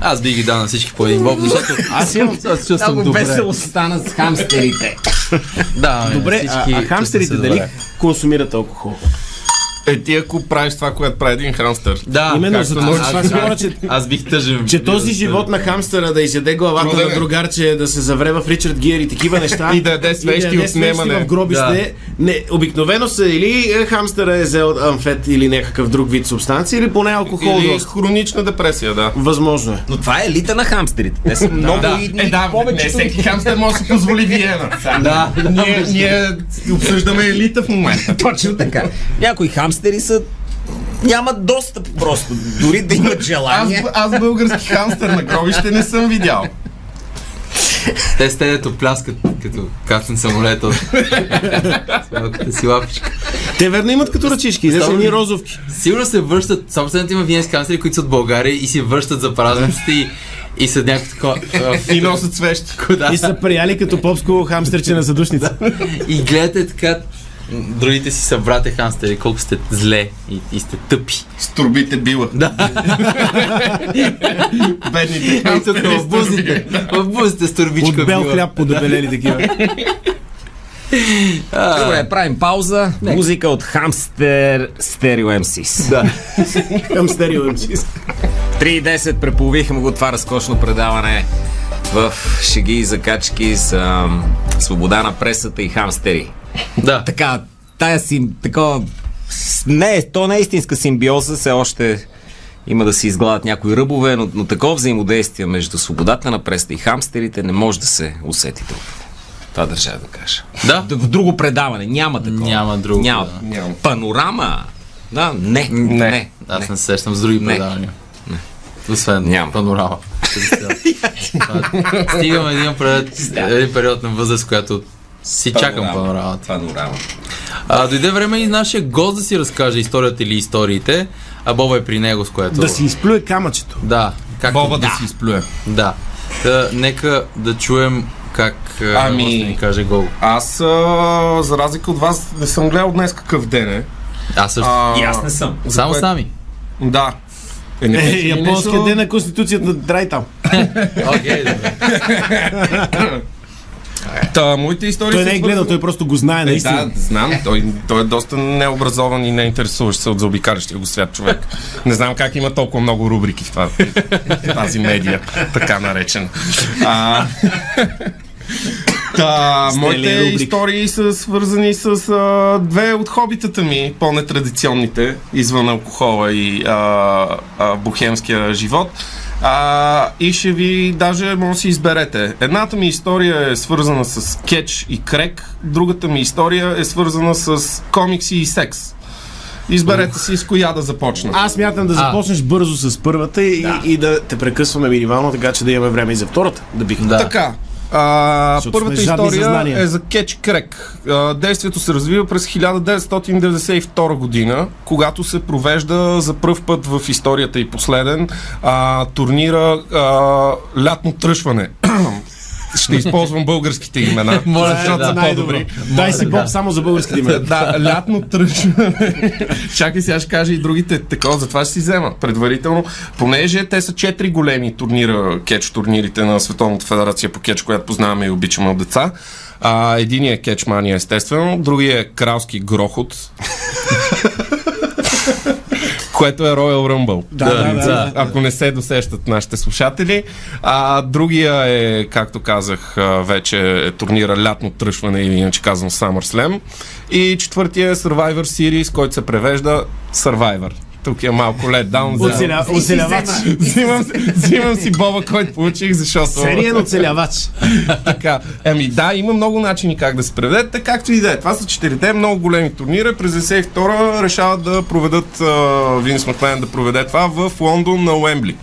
[SPEAKER 3] Аз би ги дал на всички по един боб, защото аз имам аз чувствам
[SPEAKER 2] Много
[SPEAKER 3] добре.
[SPEAKER 2] весело стана с хамстерите.
[SPEAKER 3] Да, нали,
[SPEAKER 4] Добре,
[SPEAKER 3] всички
[SPEAKER 4] а, а хамстерите
[SPEAKER 3] чувстват се
[SPEAKER 4] дали
[SPEAKER 3] добре.
[SPEAKER 4] консумират алкохол?
[SPEAKER 5] Е, ти ако правиш това, което прави един хамстер.
[SPEAKER 3] Да,
[SPEAKER 4] Именно
[SPEAKER 3] както
[SPEAKER 4] за
[SPEAKER 3] аз-
[SPEAKER 4] това
[SPEAKER 3] аз-
[SPEAKER 4] ще
[SPEAKER 3] аз-
[SPEAKER 4] говоря, че
[SPEAKER 3] Аз бих тъжен.
[SPEAKER 4] че този живот на хамстера да изяде главата
[SPEAKER 5] Труден
[SPEAKER 4] на
[SPEAKER 5] е.
[SPEAKER 4] другарче, да се завре в Ричард Гир и такива неща.
[SPEAKER 5] И да яде свещи
[SPEAKER 4] и да яде свещи
[SPEAKER 5] отнемане.
[SPEAKER 4] в гробище. Не, обикновено са или е, хамстера е взел амфет или някакъв друг вид субстанция, или поне алкохол.
[SPEAKER 5] Или
[SPEAKER 4] доста.
[SPEAKER 5] хронична депресия, да.
[SPEAKER 4] Възможно е.
[SPEAKER 2] Но това е елита на хамстерите. Те са много
[SPEAKER 3] Да.
[SPEAKER 2] идни.
[SPEAKER 5] Е, да, не всеки хамстер може да си позволи Виена.
[SPEAKER 3] Да, да,
[SPEAKER 5] ние, ние обсъждаме елита в момента.
[SPEAKER 2] Точно така. Някои хамстери са нямат достъп просто, дори да имат
[SPEAKER 5] Аз,
[SPEAKER 2] желание.
[SPEAKER 5] аз български хамстер на гробище не съм видял.
[SPEAKER 3] Те сте дето пляскат като кацан самолет от с малката си лапичка.
[SPEAKER 4] Те верно имат като ръчишки, не са
[SPEAKER 3] Става
[SPEAKER 4] ни
[SPEAKER 3] ли?
[SPEAKER 4] розовки.
[SPEAKER 3] Сигурно се връщат, собствените има виенски канцлери, които са от България и се връщат за празниците и, и са някакво такова а,
[SPEAKER 5] И носят свещи.
[SPEAKER 3] кода.
[SPEAKER 4] И са прияли като попско хамстерче на задушница.
[SPEAKER 3] И гледате така м, другите си събрате хамстери, колко сте зле и, и сте тъпи.
[SPEAKER 5] С турбите била.
[SPEAKER 3] Да,
[SPEAKER 5] Бедните
[SPEAKER 3] и тук
[SPEAKER 5] хамстери
[SPEAKER 3] в
[SPEAKER 5] с турби.
[SPEAKER 3] бузите, в бузите с турбичка.
[SPEAKER 4] От бел
[SPEAKER 3] била.
[SPEAKER 4] хляб подебелели такива.
[SPEAKER 2] Добре, правим пауза. Музика от хамстер Стерео МСИС.
[SPEAKER 3] Да.
[SPEAKER 4] Хамстери ОМС.
[SPEAKER 2] 3.10 преполовихме го това разкошно предаване в шеги и закачки с ам, свобода на пресата и хамстери.
[SPEAKER 3] да.
[SPEAKER 2] Така, тая си, такова... с- Не, то не е истинска симбиоза, все още има да се изгладат някои ръбове, но, но такова взаимодействие между свободата на пресата и хамстерите не може да се усети друг. Това държа да кажа.
[SPEAKER 3] Да.
[SPEAKER 2] Д- В друго предаване няма такова.
[SPEAKER 3] Няма друго
[SPEAKER 2] Няма.
[SPEAKER 5] предаване. Няма.
[SPEAKER 2] Панорама. Да, не. Не.
[SPEAKER 5] Не.
[SPEAKER 2] не.
[SPEAKER 3] Аз не, се сещам с други предавания. Освен
[SPEAKER 2] Няма.
[SPEAKER 3] панорама. Стигам един, пред, един период на възраст, която си чакам панорамата.
[SPEAKER 2] Панорама.
[SPEAKER 3] А, дойде време и нашия гост да си разкаже историята или историите, а Боба е при него, с което...
[SPEAKER 4] Да си изплюе камъчето.
[SPEAKER 3] Да, как...
[SPEAKER 5] Боба да си изплюе.
[SPEAKER 3] Да. Та, нека да чуем как ами...
[SPEAKER 5] Ами-
[SPEAKER 3] може да ни каже Гол.
[SPEAKER 5] Аз, а, за разлика от вас, не съм гледал днес какъв ден е.
[SPEAKER 3] Аз също... А...
[SPEAKER 5] А,
[SPEAKER 2] И аз не съм.
[SPEAKER 3] Само
[SPEAKER 5] кое-
[SPEAKER 3] с нами.
[SPEAKER 5] Да. Е, не,
[SPEAKER 4] Е,
[SPEAKER 5] беше ми
[SPEAKER 4] Японския
[SPEAKER 5] нещо-
[SPEAKER 4] ден на Конституцията, драй там.
[SPEAKER 3] Окей, добре.
[SPEAKER 5] Та, моите истории.
[SPEAKER 4] Той
[SPEAKER 5] са
[SPEAKER 4] не е
[SPEAKER 5] свързани-
[SPEAKER 4] гледал, той просто го знае
[SPEAKER 5] Е,
[SPEAKER 4] наистина.
[SPEAKER 5] да, знам. Той, той е доста необразован и не интересуващ се от заобикалящия го свят човек. Не знам как има толкова много рубрики в това- в тази медия, така наречена. А, Та,
[SPEAKER 4] Стелия
[SPEAKER 5] моите
[SPEAKER 4] рубрика.
[SPEAKER 5] истории са свързани с а, две от хобитата ми, по-нетрадиционните, извън алкохола и а, а, бухемския живот. А, и ще ви даже може да си изберете. Едната ми история е свързана с кетч и крек, другата ми история е свързана с комикси и секс. Изберете си с коя да започна.
[SPEAKER 4] Аз мятам да започнеш бързо с първата и, да. и да те прекъсваме минимално, така че да имаме време и за втората. Да бих.
[SPEAKER 3] Да.
[SPEAKER 5] Така. А,
[SPEAKER 4] Защото
[SPEAKER 5] първата
[SPEAKER 4] сме жадни за
[SPEAKER 5] история
[SPEAKER 4] знания.
[SPEAKER 5] е за Кетч Крек. А, Действието се развива през 1992 година, когато се провежда за пръв път в историята и последен а, турнира а, лятно тръшване. Ще използвам българските имена,
[SPEAKER 3] Моля те,
[SPEAKER 5] защото
[SPEAKER 3] да.
[SPEAKER 5] са по-добри.
[SPEAKER 4] Дай си боб само за българските имена.
[SPEAKER 5] Да, лятно тръжване. Чакай сега ще кажа и другите такова, затова ще си взема предварително. Понеже те са четири големи турнира, кетч турнирите на Световната федерация по кетч, която познаваме и обичаме от деца. А, единия е кетч мания, естествено, другия е кралски грохот, което е Royal Rumble. Нали?
[SPEAKER 4] Да, да, да, да.
[SPEAKER 5] Ако не се досещат нашите слушатели. А другия е, както казах, а, вече е турнира лятно тръшване или иначе казвам SummerSlam. И четвъртия е Survivor Series, който се превежда Survivor. Тук е малко летдаун за...
[SPEAKER 4] Оцеля- Оцелявач.
[SPEAKER 5] Взимам, взимам си боба, който получих, защото...
[SPEAKER 4] Сериен е оцелявач.
[SPEAKER 5] Така, еми да, има много начини как да се преведат, така както и да е. Това са четирите много големи турнира. През 92-а решават да проведат, а, Винс Маклен да проведе това в Лондон на Уембли.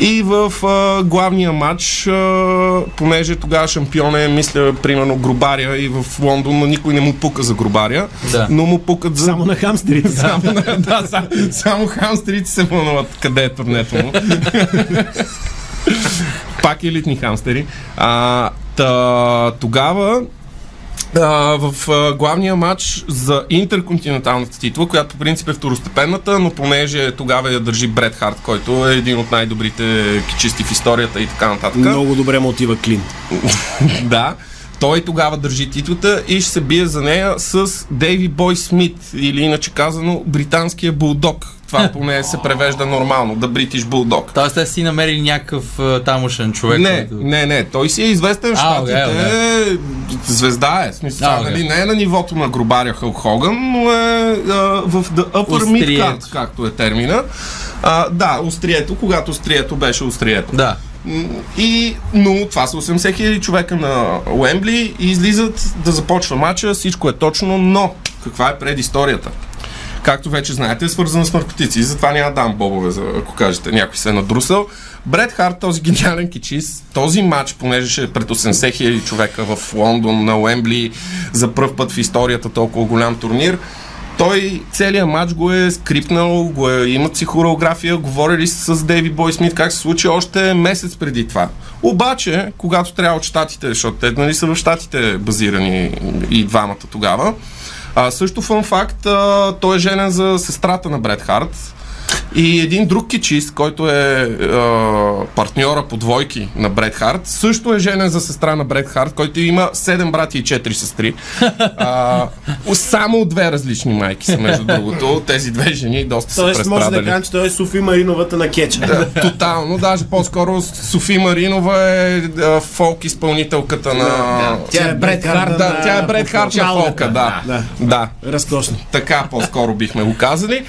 [SPEAKER 5] И в а, главния матч, а, понеже тогава шампион е, мисля, примерно Грубаря и в Лондон на никой не му пука за Грубаря,
[SPEAKER 3] Да.
[SPEAKER 5] но му пукат за
[SPEAKER 4] Само на хамстерите.
[SPEAKER 5] само, да, само, само хамстерите се вълнуват къде е турнето му. Пак елитни хамстери. А, та, тогава а, в а, главния матч за интерконтиненталната титла, която по принцип е второстепенната, но понеже тогава я държи Бред Харт, който е един от най-добрите кичисти в историята и така нататък.
[SPEAKER 4] Много добре му отива Клин.
[SPEAKER 5] Да. Той тогава държи титлата и ще се бие за нея с Дейви Бой Смит, или иначе казано британския булдог. Това поне се превежда нормално, да бритиш булдог.
[SPEAKER 3] Тоест, те си намерили някакъв а, тамошен човек.
[SPEAKER 5] Не,
[SPEAKER 3] който-
[SPEAKER 5] не, не, той си е известен в
[SPEAKER 3] А, окей,
[SPEAKER 5] щатите, звезда е, в смисъл,
[SPEAKER 3] А,
[SPEAKER 5] това, нали,
[SPEAKER 3] окей.
[SPEAKER 5] не е на нивото на грубаря Хъл Хоган, но е а, в the upper mid
[SPEAKER 3] Острието.
[SPEAKER 5] card, както е термина. А, да, острието, когато острието беше острието.
[SPEAKER 3] Да.
[SPEAKER 5] М, И, но това са 80 хиляди човека на Уембли и излизат да започва матча, всичко е точно, но каква е предисторията? Както вече знаете, е свързана с наркотици, затова няма да дам бобове, за, ако кажете някой се е надрусал. Бред Харт, този гениален кичист, този матч, понеже ще е пред 80 хиляди човека в Лондон, на Уембли, за първ път в историята толкова голям турнир, той целият матч го е скрипнал, го е, имат си хореография, говорили са с Дейви Бой Смит как се случи още месец преди това. Обаче, когато трябва от щатите, защото те нали, са в щатите базирани и двамата тогава, а, също фан факт, а, той е женен за сестрата на Бред Харт. И един друг кичист, който е, е партньора по двойки на Бред Харт, също е женен за сестра на Бред Харт, който има 7 брати и 4 сестри. А, само от две различни майки са, между другото. Тези две жени доста са
[SPEAKER 4] Тоест може да
[SPEAKER 5] престрадали.
[SPEAKER 4] кажем, че той е Софи Мариновата на кетча.
[SPEAKER 5] Тотално, даже по-скоро Софи Маринова е, е фолк изпълнителката на...
[SPEAKER 4] Тя е Бред Харт.
[SPEAKER 5] Да, тя е Бред Харт на
[SPEAKER 4] Началната.
[SPEAKER 5] фолка, да.
[SPEAKER 4] Да.
[SPEAKER 5] да.
[SPEAKER 4] Разкошно.
[SPEAKER 5] Така по-скоро бихме го казали.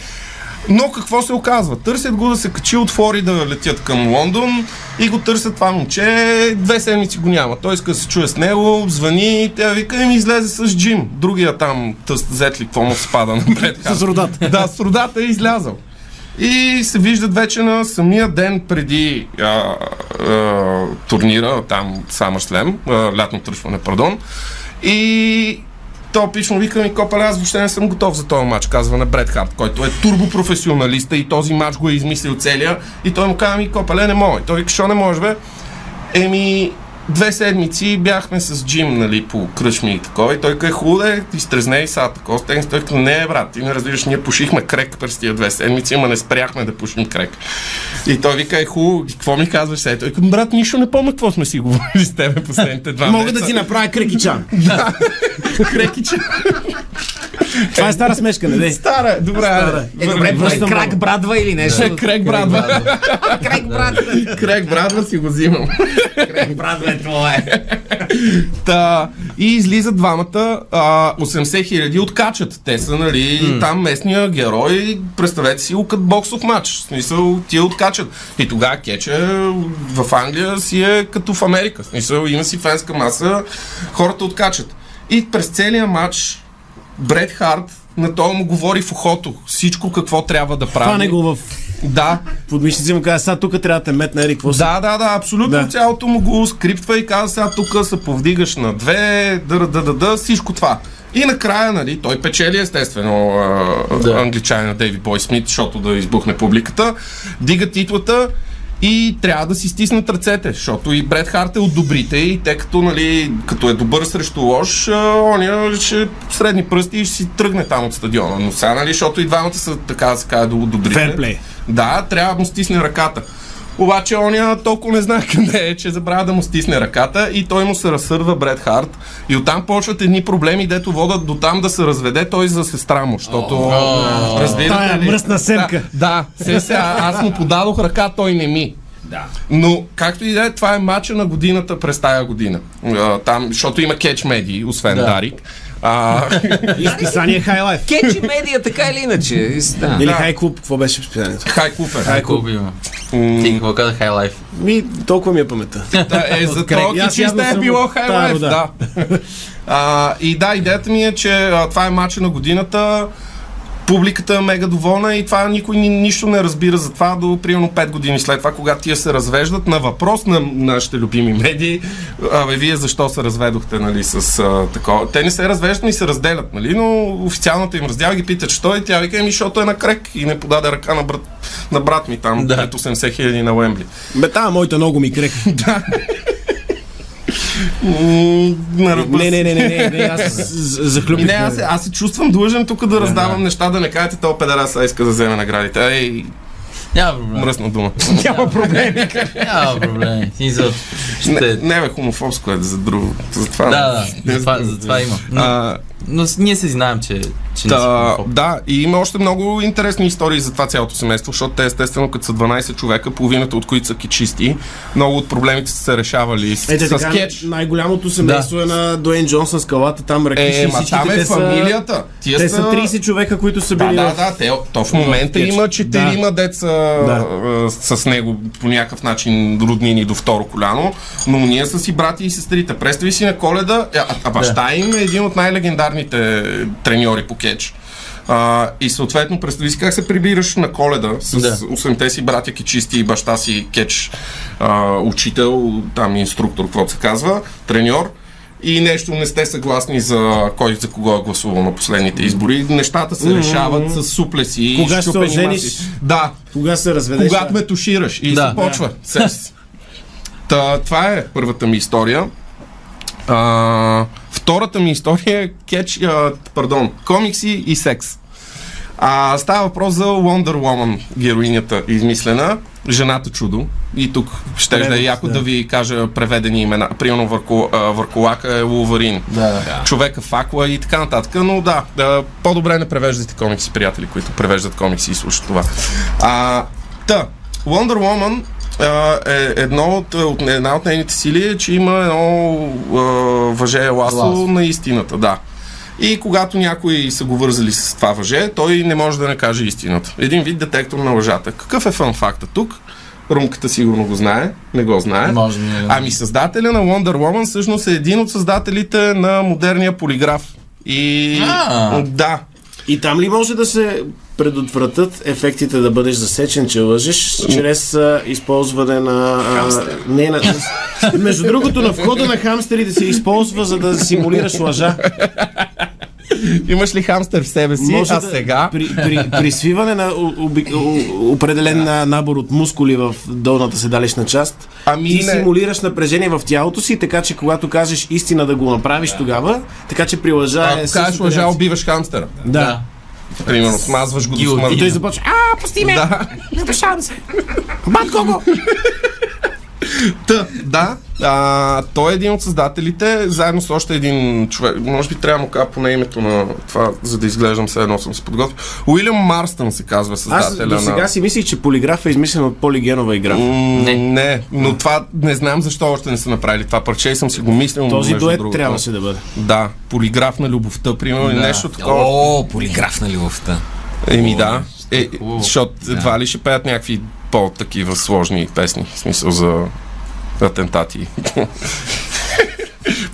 [SPEAKER 5] Но какво се оказва? Търсят го да се качи от Флорида, летят към Лондон и го търсят това момче. Две седмици го няма. Той иска да се чуе с него, звъни, тя вика и ми излезе с Джим. Другия там тъст зет ли, какво му спада напред.
[SPEAKER 4] С родата.
[SPEAKER 5] Да, с родата е излязъл. И се виждат вече на самия ден преди а, а, турнира, там SummerSlam, а, лятно тръчване, пардон. И то пично вика ми, копа, аз въобще не съм готов за този матч, казва на Бред Харт, който е турбопрофесионалиста и този матч го е измислил целия. И той му казва ми, копале, не мога. И той вика, що не може, бе? Еми, две седмици бяхме с Джим, нали, по кръчми и такова. И той кай худе, изтрезне и сата. Костенс, той каза, не, брат, ти не разбираш, ние пушихме крек през тия две седмици, ама не спряхме да пушим крек. И той вика, е хубаво, какво ми казваш сега? И Той каза, брат, нищо не помня какво сме си говорили с тебе последните два
[SPEAKER 4] Мога
[SPEAKER 5] месеца.
[SPEAKER 4] да ти направя крекичан.
[SPEAKER 5] крекиче.
[SPEAKER 4] Това е стара смешка, не дей.
[SPEAKER 5] Стара, добре, Стара.
[SPEAKER 2] Е, добре, прави
[SPEAKER 4] връщам
[SPEAKER 2] крак
[SPEAKER 4] много.
[SPEAKER 2] брадва или нещо.
[SPEAKER 5] Крек брадва.
[SPEAKER 2] Крак брадва.
[SPEAKER 5] Крек брадва си го взимам.
[SPEAKER 2] Крак брадва е твое.
[SPEAKER 5] Та, и излизат двамата а, 80 хиляди откачат. Те са, нали, там местния герой, представете си, като боксов матч. В смисъл, тия откачат. И тогава кеча в Англия си е като в Америка. В смисъл, има си фенска маса, хората откачат. И през целия матч Бред Харт на то му говори в ухото всичко какво трябва да прави.
[SPEAKER 4] Пане го в
[SPEAKER 5] Да,
[SPEAKER 4] подмишници му каза, сега тук трябва да те метна, Ерик, какво си?
[SPEAKER 5] да, да, да, абсолютно
[SPEAKER 4] Да.
[SPEAKER 5] да. цялото му го скриптва и казва сега тук се повдигаш на две, да, да, да, да, всичко това. И накрая, нали, той печели естествено а, да. англичанина Дейви Бой Смит, защото да избухне публиката, дига титлата и трябва да си стиснат ръцете, защото и Бред Харт е от добрите и те като, нали, като е добър срещу лош, а, оня ще средни пръсти и ще си тръгне там от стадиона. Но сега, нали, защото и двамата са така, да се казва, от добрите.
[SPEAKER 4] Ферплей.
[SPEAKER 5] Да, трябва да му стисне ръката. Обаче оня толкова не знае къде е, че забравя да му стисне ръката и той му се разсърва Бред Харт. И оттам почват едни проблеми, дето водат до там да се разведе той за сестра му, защото... разбирате
[SPEAKER 4] Тая
[SPEAKER 5] ли?
[SPEAKER 4] мръсна семка.
[SPEAKER 5] Да, да се, се, а- аз му подадох ръка, той не ми.
[SPEAKER 2] Да.
[SPEAKER 5] Но, както и да е, това е матча на годината през тая година. А, там, защото има кетч медии, освен да. Дарик. А,
[SPEAKER 4] И списание Хайлайф.
[SPEAKER 2] Кечи медия, така или иначе. И с- Да.
[SPEAKER 4] Или Хай Клуб, какво беше списанието?
[SPEAKER 5] Хай Купер.
[SPEAKER 3] Какво има? Ти какво каза High Life?
[SPEAKER 4] Ми, толкова ми е памета.
[SPEAKER 5] Да, е, за
[SPEAKER 4] Край.
[SPEAKER 5] това
[SPEAKER 4] И аз явно
[SPEAKER 5] кичиста е
[SPEAKER 4] съм
[SPEAKER 5] било
[SPEAKER 4] от тая
[SPEAKER 5] хайлайф, да.
[SPEAKER 4] рода.
[SPEAKER 5] А, и да, идеята ми е, че а, това е матча на годината, публиката е мега доволна и това никой ни, нищо не разбира за това до примерно 5 години след това, когато тия се развеждат на въпрос на нашите любими медии, абе вие защо се разведохте, нали, с а, такова. Те не се развеждат и се разделят, нали, но официалната им раздяла ги питат, що и тя вика, еми, защото е на крек и не подаде ръка на брат, на брат ми там, да. 80 хиляди на Уембли.
[SPEAKER 4] Бе, тая моята много ми крек.
[SPEAKER 5] М, на ръба
[SPEAKER 4] Не, не, не, не, не, не, аз з-
[SPEAKER 5] Ми
[SPEAKER 4] захлюпих.
[SPEAKER 5] не, аз, се- аз се чувствам длъжен тук да раздавам неща, да не кажете, то педераса иска да вземе наградите. Ей,
[SPEAKER 3] Няма проблем.
[SPEAKER 5] мръсна дума.
[SPEAKER 3] Няма проблем. Ти за...
[SPEAKER 5] не,
[SPEAKER 3] Ще...
[SPEAKER 5] не бе, хомофобско е за друго. За това.
[SPEAKER 3] Да, да,
[SPEAKER 5] не-
[SPEAKER 3] за това, за това има. Но,
[SPEAKER 5] А,
[SPEAKER 3] но с- ние се знаем, че, че не си
[SPEAKER 5] та,
[SPEAKER 3] хомофоб.
[SPEAKER 5] да, и има още много интересни истории за това цялото семейство, защото те естествено като са 12 човека, половината от които са кичисти, много от проблемите са се решавали е- с,
[SPEAKER 4] Ето
[SPEAKER 5] с
[SPEAKER 4] така,
[SPEAKER 5] скетч.
[SPEAKER 4] най-голямото семейство е на Дуейн Джонсън скалата, там ръкиши
[SPEAKER 5] Е,
[SPEAKER 4] и
[SPEAKER 5] ма
[SPEAKER 4] всички
[SPEAKER 5] там е
[SPEAKER 4] те са-
[SPEAKER 5] фамилията. Тия
[SPEAKER 4] Те са 30 човека, които са
[SPEAKER 5] Да,
[SPEAKER 4] били
[SPEAKER 5] да,
[SPEAKER 4] в
[SPEAKER 5] да, те, то в момента
[SPEAKER 4] скетч.
[SPEAKER 5] има четирима деца а, с него по някакъв начин роднини до второ коляно, но ние са си брати и сестрите. Представи си на коледа, а, а баща им е един от най-легендарните треньори по кетч. А, и съответно, представи си как се прибираш на коледа с
[SPEAKER 3] Да.
[SPEAKER 5] 8-те си братя кечисти и баща си кетч а, учител, там инструктор, каквото се казва, треньор. И нещо не сте съгласни за кой за кого е гласувал на последните избори. Нещата се решават с суплеси и
[SPEAKER 4] Кога ще се
[SPEAKER 5] щупени
[SPEAKER 4] ожениш?
[SPEAKER 5] маси. Да,
[SPEAKER 4] Кога се разведеш?
[SPEAKER 5] когато ме тушираш и
[SPEAKER 3] Да.
[SPEAKER 5] започва. Сес. Та, това е първата ми история. А, втората ми история е кетч, а, пардон, комикси и секс. А, става въпрос за Wonder Woman, героинята измислена, жената чудо. И тук ще да е
[SPEAKER 4] Превод,
[SPEAKER 5] яко да.
[SPEAKER 4] да.
[SPEAKER 5] ви кажа преведени имена. Примерно върко, а, върколака е Луварин, да. човека в аква и така нататък. Но да, да, по-добре не превеждайте комикси, приятели, които превеждат комикси и слушат това. А, та, Wonder Woman а, е едно от, от, една от нейните сили е, че има едно а, въже ласо,
[SPEAKER 3] Ласо.
[SPEAKER 5] ласо на истината, да. И когато някои са го вързали с това въже, той не може да не каже истината. Един вид детектор на лъжата. Какъв е фан факта тук? Румката сигурно го знае, не го знае.
[SPEAKER 3] Може би не е го
[SPEAKER 5] Ами създателя на Wonder Woman всъщност е един от създателите на модерния полиграф. И...
[SPEAKER 3] А.
[SPEAKER 5] Да.
[SPEAKER 4] И там ли може да се предотвратят ефектите да бъдеш засечен, че лъжеш, чрез а, използване на... А, не, на... Между другото, на входа на хамстерите се използва, за да симулираш лъжа.
[SPEAKER 5] Имаш ли хамстър в себе си,
[SPEAKER 4] Може
[SPEAKER 5] а
[SPEAKER 4] да- Е,
[SPEAKER 5] сега...
[SPEAKER 4] При, при, при свиване на у- уби- у- определен а, набор от мускули в долната седалищна част,
[SPEAKER 5] Ами
[SPEAKER 4] ти
[SPEAKER 5] не.
[SPEAKER 4] симулираш напрежение в тялото си, така че когато кажеш истина да го направиш тогава, така че при лъжа е
[SPEAKER 5] Ако
[SPEAKER 4] същата
[SPEAKER 5] кажеш лъжа,
[SPEAKER 4] реакция.
[SPEAKER 5] убиваш хамстъра.
[SPEAKER 4] Да.
[SPEAKER 5] Примерно, смазваш го до
[SPEAKER 3] Гилотина.
[SPEAKER 5] смърт.
[SPEAKER 4] Той започва, а, пусти ме,
[SPEAKER 5] Да.
[SPEAKER 4] надушавам се. Батко го!
[SPEAKER 5] Та, да. А, той е един от създателите, заедно с още един човек. Може би трябва да му кажа поне името на това, за да изглеждам все едно съм се подготвил. Уилям Марстън се казва
[SPEAKER 4] Аз
[SPEAKER 5] създателя
[SPEAKER 4] до сега
[SPEAKER 5] на...
[SPEAKER 4] си мислих, че полиграф е измислен от полигенова игра.
[SPEAKER 5] Не. не, но това не знам защо още не са направили това парче и съм си го мислил. но
[SPEAKER 4] Този
[SPEAKER 5] между
[SPEAKER 4] дует
[SPEAKER 5] другото.
[SPEAKER 4] трябваше да бъде.
[SPEAKER 5] Да, полиграф на любовта, примерно, или нещо такова.
[SPEAKER 2] О, полиграф нали, на любовта.
[SPEAKER 5] Еми да, е,
[SPEAKER 3] хубаво.
[SPEAKER 5] защото едва ли ще пеят някакви по-такива сложни песни, в смисъл за атентати.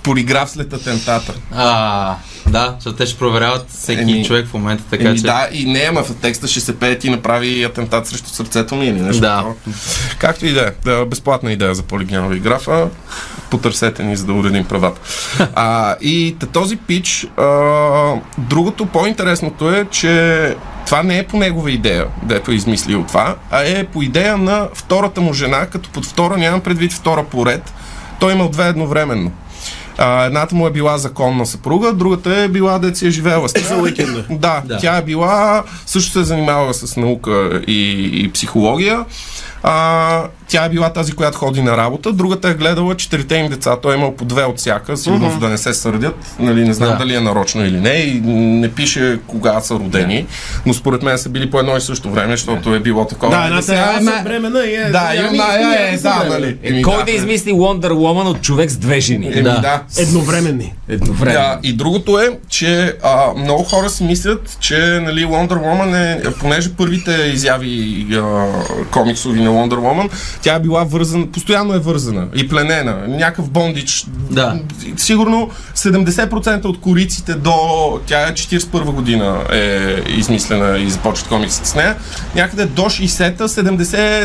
[SPEAKER 5] Полиграф след атентата.
[SPEAKER 3] А, да, защото те ще проверяват всеки
[SPEAKER 5] Еми,
[SPEAKER 3] човек в момента, така
[SPEAKER 5] Еми
[SPEAKER 3] че...
[SPEAKER 5] да, и не, ама в текста ще се пее ти направи атентат срещу сърцето ми или нещо.
[SPEAKER 3] Да.
[SPEAKER 5] такова. Както и да е. Да, Безплатна идея за полигенова и графа. Потърсете ни, за да уредим правата. А, и та, този пич, а, другото по-интересното е, че това не е по негова идея, дето е измислил това, а е по идея на втората му жена, като под втора нямам предвид втора поред. Той имал две едновременно. А, едната му е била законна съпруга, другата е била деца е живеела с За уикенда. Да, да, тя е била, също се е занимавала с наука и, и психология. А, тя е била тази, която ходи на работа, другата е гледала четирите им деца. Той е имал по две от всяка, сигурно mm-hmm. да не се сърдят. Нали, не знам
[SPEAKER 3] Да.
[SPEAKER 5] да. дали е нарочно или не. И не пише кога са родени, но според мен са били по едно и също време, защото е било такова.
[SPEAKER 4] Да,
[SPEAKER 5] Е,
[SPEAKER 4] едната
[SPEAKER 5] сега
[SPEAKER 4] е
[SPEAKER 5] ме-
[SPEAKER 4] бремена и е...
[SPEAKER 5] Да, и
[SPEAKER 4] ами,
[SPEAKER 5] една е,
[SPEAKER 4] ние
[SPEAKER 5] е,
[SPEAKER 4] сме
[SPEAKER 5] да,
[SPEAKER 4] бременни.
[SPEAKER 5] нали.
[SPEAKER 2] Е,
[SPEAKER 5] Еми
[SPEAKER 2] кой
[SPEAKER 5] да.
[SPEAKER 2] да измисли Wonder Woman от човек с две жени?
[SPEAKER 5] Еми да.
[SPEAKER 4] Едновременни.
[SPEAKER 2] Едновременно.
[SPEAKER 5] Да, и другото е, че а, много хора си мислят, че нали, Wonder Woman е, понеже първите изяви а, комиксови на Wonder Woman, тя е била вързана, постоянно е вързана и пленена. Някакъв бондич.
[SPEAKER 3] Да.
[SPEAKER 5] Сигурно 70% от кориците до тя е 41 година е измислена и започват комиксите с нея. Някъде до 60-та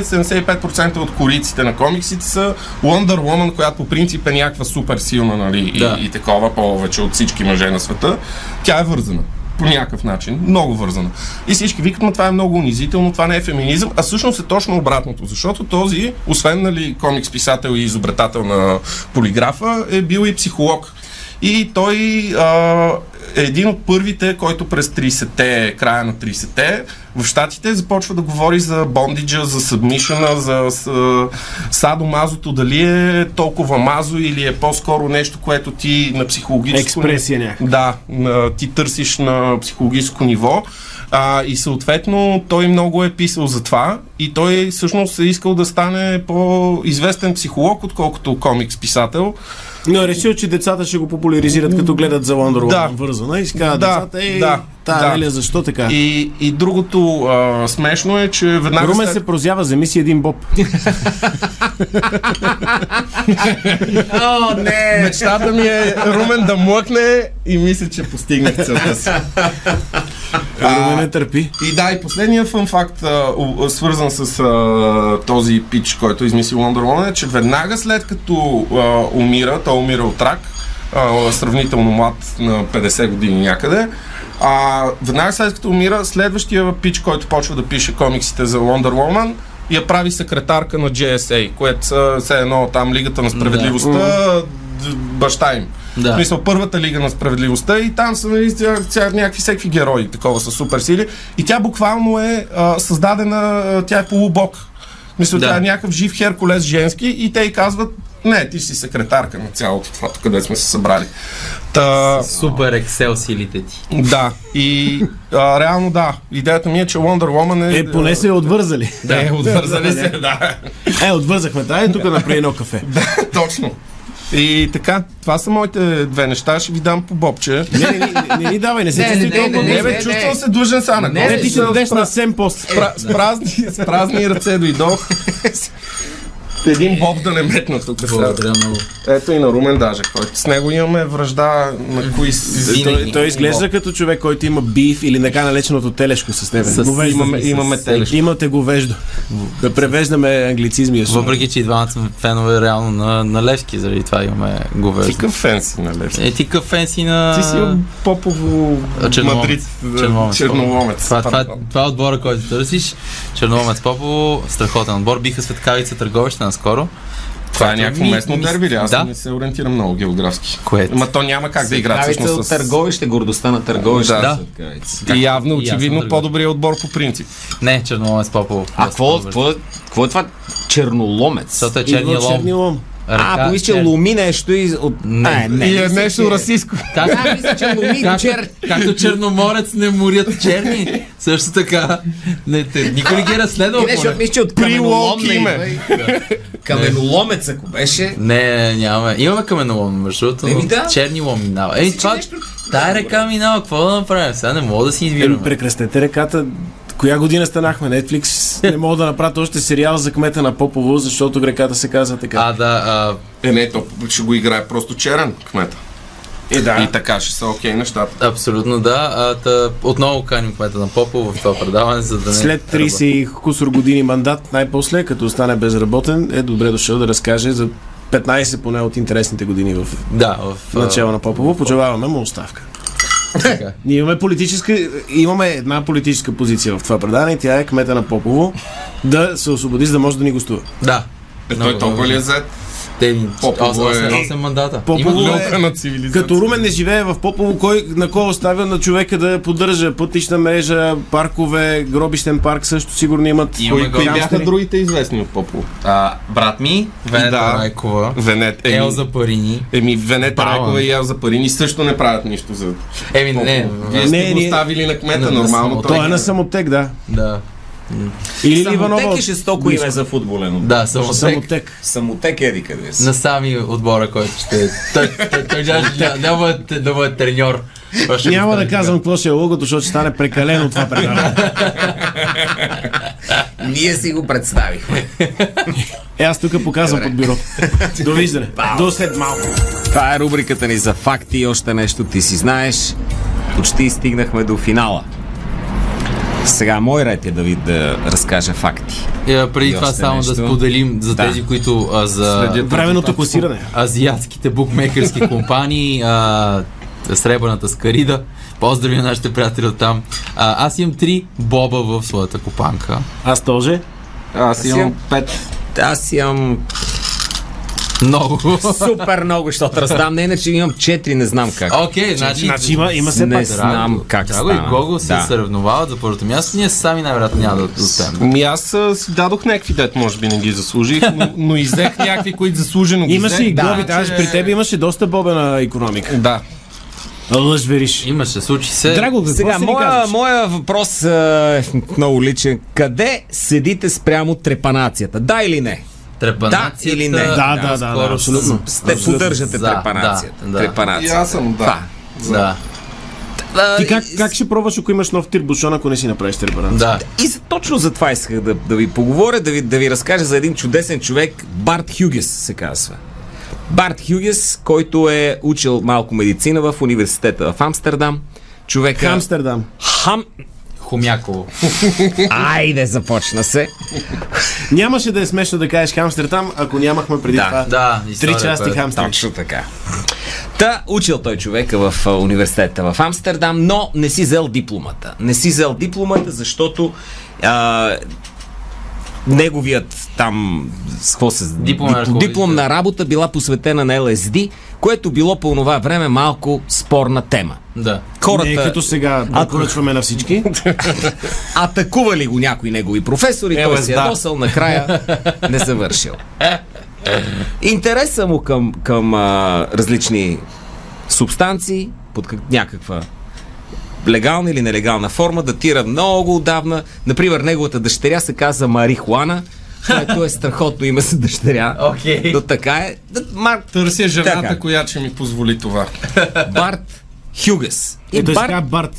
[SPEAKER 5] 70-75% от кориците на комиксите са Wonder Woman, която по принцип е някаква супер силна нали, и-
[SPEAKER 3] Да.
[SPEAKER 5] и, такова повече от всички мъже на света. Тя е вързана по някакъв начин, много вързана. И всички викат, но това е много унизително, това не е феминизъм, а всъщност е точно обратното, защото този, освен нали, комикс писател и изобретател на полиграфа, е бил и психолог. И той а, е един от първите, който през 30-те, края на 30-те, в Штатите започва да говори за бондиджа, за събмишена, за с- садомазото, дали е толкова мазо или е по-скоро нещо, което ти на психологическо...
[SPEAKER 4] Експресия някаква.
[SPEAKER 5] Да, на- ти търсиш на психологическо ниво. А, и съответно той много е писал за това и той всъщност е искал да стане по-известен психолог, отколкото комикс писател.
[SPEAKER 4] Но е решил, че децата ще го популяризират, като гледат за Wonder Woman
[SPEAKER 5] Да.
[SPEAKER 4] вързана и си казват
[SPEAKER 5] Да,
[SPEAKER 4] децата, ей,
[SPEAKER 5] да,
[SPEAKER 4] та
[SPEAKER 5] да.
[SPEAKER 4] Леля, защо така?
[SPEAKER 5] И, и другото а, смешно е, че веднага
[SPEAKER 4] Румен се прозява, вземи си един боб.
[SPEAKER 2] О, не!
[SPEAKER 5] Мечтата ми е Румен да млъкне и мисля, че постигнах целта си.
[SPEAKER 4] Румен не търпи.
[SPEAKER 5] И да, и последния фън факт, а, у- свързан с а, този пич, който е измислил Wonder Woman, е, че веднага след като а, умира, той умира от рак, а, сравнително млад на 50 години някъде, а, веднага след като умира, следващия пич, който почва да пише комиксите за Wonder Woman, я прави секретарка на GSA, което са все едно там Лигата на справедливостта, д- баща им.
[SPEAKER 3] Да.
[SPEAKER 5] В смисъл, първата лига на справедливостта и там са нали, ця- ця- някакви всеки герои, такова с суперсили. И тя буквално е а, създадена, а, тя е полубог. Мисля,
[SPEAKER 3] Да.
[SPEAKER 5] тя е някакъв жив Херкулес женски и те й казват, не, ти си секретарка на цялото това, тук къде сме се събрали. Та,
[SPEAKER 3] Супер ексел силите ти.
[SPEAKER 5] да, и а, реално да, идеята ми е, че Wonder Woman е...
[SPEAKER 4] Е, поне се отвързали.
[SPEAKER 5] Да, е, отвързали се, да.
[SPEAKER 4] Е, отвързахме. Та е тук направи едно кафе.
[SPEAKER 5] Точно. И така, това са моите две неща. Ще ви дам по бобче.
[SPEAKER 4] Не, не, не, не ни давай, не се
[SPEAKER 2] Не,
[SPEAKER 4] чувствай
[SPEAKER 2] не, не,
[SPEAKER 4] толкова.
[SPEAKER 5] Не,
[SPEAKER 4] Не,
[SPEAKER 5] бе,
[SPEAKER 2] не,
[SPEAKER 5] чувствам
[SPEAKER 2] не.
[SPEAKER 5] се дължен са на
[SPEAKER 2] Не,
[SPEAKER 5] кой.
[SPEAKER 4] Е,
[SPEAKER 2] не,
[SPEAKER 5] Е,
[SPEAKER 4] ти ще дадеш на Сем пост.
[SPEAKER 5] Пра- с, празни, с празни ръце дойдох. Един боб да не метна тук. сега.
[SPEAKER 3] Благодаря много.
[SPEAKER 5] Ето и на Румен даже, който с него имаме връжда на кои с...
[SPEAKER 4] Той, той изглежда като човек, който има биф или така нареченото телешко с теб.
[SPEAKER 3] С-
[SPEAKER 4] Говеждо.
[SPEAKER 5] Имаме, имаме телешко.
[SPEAKER 4] Имате говеждо. Да превеждаме англицизмия. сума.
[SPEAKER 3] Въпреки, че и двамата сме фенове реално на, на Левски, заради това имаме
[SPEAKER 5] Ти
[SPEAKER 3] говеждо.
[SPEAKER 5] към фенси, нали?
[SPEAKER 3] Е, ти какъв фен си на...
[SPEAKER 5] Ти си Попово
[SPEAKER 3] А, черноломец.
[SPEAKER 5] Мадрид
[SPEAKER 3] Черноломец.
[SPEAKER 5] черноломец.
[SPEAKER 3] Това, това, това е отбора, който търсиш. Черномец Попово, страхотен отбор. Биха светкавица търговище наскоро.
[SPEAKER 5] това е
[SPEAKER 3] което
[SPEAKER 5] някакво
[SPEAKER 3] ми-
[SPEAKER 5] местно
[SPEAKER 3] ми-
[SPEAKER 5] дерби, ли? аз
[SPEAKER 3] Да.
[SPEAKER 5] не се ориентирам много географски.
[SPEAKER 3] Което?
[SPEAKER 5] Ма то няма как да игра
[SPEAKER 2] Светкавица
[SPEAKER 5] всъщност
[SPEAKER 2] от
[SPEAKER 5] с...
[SPEAKER 2] търговище, гордостта на търговище.
[SPEAKER 5] Да.
[SPEAKER 3] Да.
[SPEAKER 5] И явно, очевидно,
[SPEAKER 3] търговище.
[SPEAKER 5] по-добрия отбор по принцип.
[SPEAKER 3] Не, Черномец Попово.
[SPEAKER 2] А
[SPEAKER 3] Доста
[SPEAKER 2] какво,
[SPEAKER 3] добър.
[SPEAKER 2] какво, какво е това? Черноломец.
[SPEAKER 3] Защото е
[SPEAKER 4] Идва от
[SPEAKER 3] черния лом.
[SPEAKER 4] черния лом.
[SPEAKER 2] А,
[SPEAKER 3] Ръка,
[SPEAKER 2] помисля, че
[SPEAKER 3] чер-
[SPEAKER 2] ломи нещо и... От...
[SPEAKER 3] Не.
[SPEAKER 2] А, не.
[SPEAKER 5] И е
[SPEAKER 2] мисля,
[SPEAKER 5] нещо
[SPEAKER 2] че-
[SPEAKER 5] расистско.
[SPEAKER 3] Как-
[SPEAKER 2] Да, мисля, че ломи
[SPEAKER 3] Както-
[SPEAKER 2] чер...
[SPEAKER 3] Както черноморец не морят черни, също така. Не, те, никой не ги е разследвал.
[SPEAKER 2] И не, защото
[SPEAKER 3] поне.
[SPEAKER 2] мисля, че от
[SPEAKER 5] При
[SPEAKER 2] каменолом
[SPEAKER 5] Локи
[SPEAKER 2] не
[SPEAKER 5] име.
[SPEAKER 2] идва и- Каменоломец, ако беше...
[SPEAKER 3] Не, нямаме. Имаме каменолом, между другото, но
[SPEAKER 2] Еми да.
[SPEAKER 3] черни лом минава. Ей,
[SPEAKER 2] Мисля, че
[SPEAKER 3] това,
[SPEAKER 2] нещо-
[SPEAKER 3] тая река минава, какво да направим? Сега не мога да си
[SPEAKER 4] Еми,
[SPEAKER 3] избираме.
[SPEAKER 4] Е, прекръстете реката. Коя година станахме? Netflix не мога да направят още сериал за кмета на Попово, защото реката се казва така.
[SPEAKER 3] А, да, а,
[SPEAKER 5] Е, не, то ще го играе просто черен кмета.
[SPEAKER 4] е, да.
[SPEAKER 5] И така ще са окей нещата.
[SPEAKER 3] Абсолютно да. А, та, отново каним кмета на Попо в това предаване, за да не...
[SPEAKER 4] След 30 и кусор години мандат, най-после, като остане безработен, е добре дошъл да разкаже за 15 поне от интересните години в
[SPEAKER 3] Да, в... а,
[SPEAKER 4] начало на Попово. Пожелаваме му оставка.
[SPEAKER 3] така.
[SPEAKER 4] Ние имаме политическа, имаме една политическа позиция в това предаване и тя е кмета на Попово да се освободи, за да може да ни гостува.
[SPEAKER 3] Да.
[SPEAKER 5] Е, той
[SPEAKER 3] Много,
[SPEAKER 5] толкова
[SPEAKER 3] много.
[SPEAKER 5] ли е зает?
[SPEAKER 3] Те ми...
[SPEAKER 5] Попово
[SPEAKER 3] 8,
[SPEAKER 5] е-
[SPEAKER 3] 8 мандата.
[SPEAKER 4] Попово
[SPEAKER 3] Има-
[SPEAKER 4] е-
[SPEAKER 5] Лелка на цивилизация.
[SPEAKER 4] Като Румен не живее в Попово, кой на кого оставя на човека да поддържа пътнична мрежа, паркове, гробищен парк също сигурно имат.
[SPEAKER 3] Има-
[SPEAKER 5] Кои,
[SPEAKER 3] Имаме
[SPEAKER 5] кои бяха
[SPEAKER 4] гангстери.
[SPEAKER 5] другите известни от Попово?
[SPEAKER 3] А, брат ми, Венета
[SPEAKER 5] Да.
[SPEAKER 3] Райкова,
[SPEAKER 5] Венет. Еми,
[SPEAKER 3] Елза Парини.
[SPEAKER 5] Еми, Венета
[SPEAKER 3] Бала.
[SPEAKER 5] Райкова и Елза Парини също не правят нищо за...
[SPEAKER 3] Еми, Е, не,
[SPEAKER 5] Вие
[SPEAKER 3] не,
[SPEAKER 5] сте
[SPEAKER 4] Не,
[SPEAKER 5] го е.
[SPEAKER 4] ние-
[SPEAKER 5] оставили на кмета,
[SPEAKER 3] Не, не
[SPEAKER 5] нормално
[SPEAKER 3] съм.
[SPEAKER 5] той...
[SPEAKER 4] Той е на самотек, да.
[SPEAKER 3] да.
[SPEAKER 4] Или Иванова.
[SPEAKER 2] Самотек е жестоко име за футболен. отбор.
[SPEAKER 3] Да, само тек.
[SPEAKER 4] Самотек.
[SPEAKER 2] Самотек еди къде си.
[SPEAKER 3] На сами отбора, който ще... Той, той, той даже ня- няма да бъде- да бъде треньор. Той ще го
[SPEAKER 4] Няма да
[SPEAKER 3] стане
[SPEAKER 4] казвам какво ще е логото, защото ще стане прекалено това предаване.
[SPEAKER 2] Ние си го представихме.
[SPEAKER 4] Е, аз тук показвам под бюрото. Довиждане. До след малко.
[SPEAKER 2] Това е рубриката ни за факти и още нещо ти си знаеш. Почти стигнахме до финала. Сега мой ред е да ви да разкажа факти.
[SPEAKER 3] Е, преди
[SPEAKER 2] И
[SPEAKER 3] това
[SPEAKER 2] още
[SPEAKER 3] само
[SPEAKER 2] нещо.
[SPEAKER 3] да споделим за
[SPEAKER 2] Да.
[SPEAKER 3] тези, които а, за
[SPEAKER 4] Временното класиране.
[SPEAKER 3] азиатските букмекерски компании, а, Сребърната скарида. Поздрави на нашите приятели от там. А, аз имам три боба в своята копанка.
[SPEAKER 4] Аз тоже.
[SPEAKER 5] Аз имам
[SPEAKER 2] Аз
[SPEAKER 5] пет.
[SPEAKER 2] Аз имам
[SPEAKER 3] Много.
[SPEAKER 2] супер много, защото раздам. Не, иначе имам 4, не знам как.
[SPEAKER 3] Окей, значи...
[SPEAKER 4] Значи има, има се
[SPEAKER 2] Не
[SPEAKER 4] пак.
[SPEAKER 2] знам как
[SPEAKER 3] Драго и
[SPEAKER 2] стана.
[SPEAKER 3] Гого се
[SPEAKER 2] Да.
[SPEAKER 3] съревновават за първото място. Ние сами най-вероятно няма да успеем.
[SPEAKER 5] Ми Ами аз а, си дадох някакви дет, може би не ги заслужих, но, но изех някакви, които заслужено ги
[SPEAKER 4] Имаше
[SPEAKER 5] взех.
[SPEAKER 4] и глоби,
[SPEAKER 5] Да,
[SPEAKER 4] даже
[SPEAKER 5] че-
[SPEAKER 4] при теб имаше доста бобена економика.
[SPEAKER 5] Да.
[SPEAKER 4] Лъжвериш.
[SPEAKER 3] Имаше, случи се.
[SPEAKER 4] Драго, какво
[SPEAKER 2] Сега,
[SPEAKER 4] си ни
[SPEAKER 2] моя,
[SPEAKER 4] казваш?
[SPEAKER 2] моя въпрос а, е много личен. Къде седите спрямо трепанацията? Да или не?
[SPEAKER 3] Трепанацията,
[SPEAKER 2] Да или не? Да,
[SPEAKER 4] да, да, да,
[SPEAKER 3] скоро
[SPEAKER 4] абсолютно.
[SPEAKER 3] с-
[SPEAKER 2] Сте поддържате
[SPEAKER 3] За,
[SPEAKER 2] трепанацията.
[SPEAKER 3] да, да.
[SPEAKER 5] И
[SPEAKER 2] трепанацията.
[SPEAKER 5] аз съм, да.
[SPEAKER 3] Да. Да,
[SPEAKER 4] Ти как, как ще пробваш, ако имаш нов тирбушон, ако не си направиш тирбушон?
[SPEAKER 3] Да.
[SPEAKER 2] И за, точно за това исках да, да ви поговоря, да ви, да ви разкажа за един чудесен човек, Барт Хюгес се казва. Барт Хюгес, който е учил малко медицина в университета в Амстердам. Човека...
[SPEAKER 4] Амстердам.
[SPEAKER 2] Хам...
[SPEAKER 3] Хомяково.
[SPEAKER 2] Айде, започна се.
[SPEAKER 4] Нямаше да е смешно да кажеш хамстер там, ако нямахме преди
[SPEAKER 2] Да,
[SPEAKER 4] това.
[SPEAKER 3] Да,
[SPEAKER 4] Три
[SPEAKER 3] историята
[SPEAKER 4] части
[SPEAKER 3] е-
[SPEAKER 4] хамстер.
[SPEAKER 2] Точно така. Та, учил той човека в а, университета в Амстердам, но не си взел дипломата. Не си взел дипломата, защото а, неговият там, с какво се...
[SPEAKER 3] Дипломен
[SPEAKER 2] дип-
[SPEAKER 3] ръководител.
[SPEAKER 2] дипломна работа била посветена на ЛСД, което било по това време малко спорна тема.
[SPEAKER 3] Да.
[SPEAKER 2] Хората...
[SPEAKER 4] Не е като сега да
[SPEAKER 2] А-
[SPEAKER 4] поръчваме на всички.
[SPEAKER 2] атакували го някои негови професори, той се е
[SPEAKER 3] да.
[SPEAKER 2] досъл, накрая не завършил. Интереса му към, към а, различни субстанции, под как, някаква легална или нелегална форма, датира много отдавна. Например, неговата дъщеря се каза Марихуана, което е страхотно име за дъщеря.
[SPEAKER 3] Окей.
[SPEAKER 2] Но така е. Д- Марк
[SPEAKER 5] Търся жената,
[SPEAKER 2] Така.
[SPEAKER 5] която ще ми позволи това.
[SPEAKER 2] Барт Хюгес. И
[SPEAKER 4] Ето
[SPEAKER 2] Барт
[SPEAKER 4] е, сега Барт.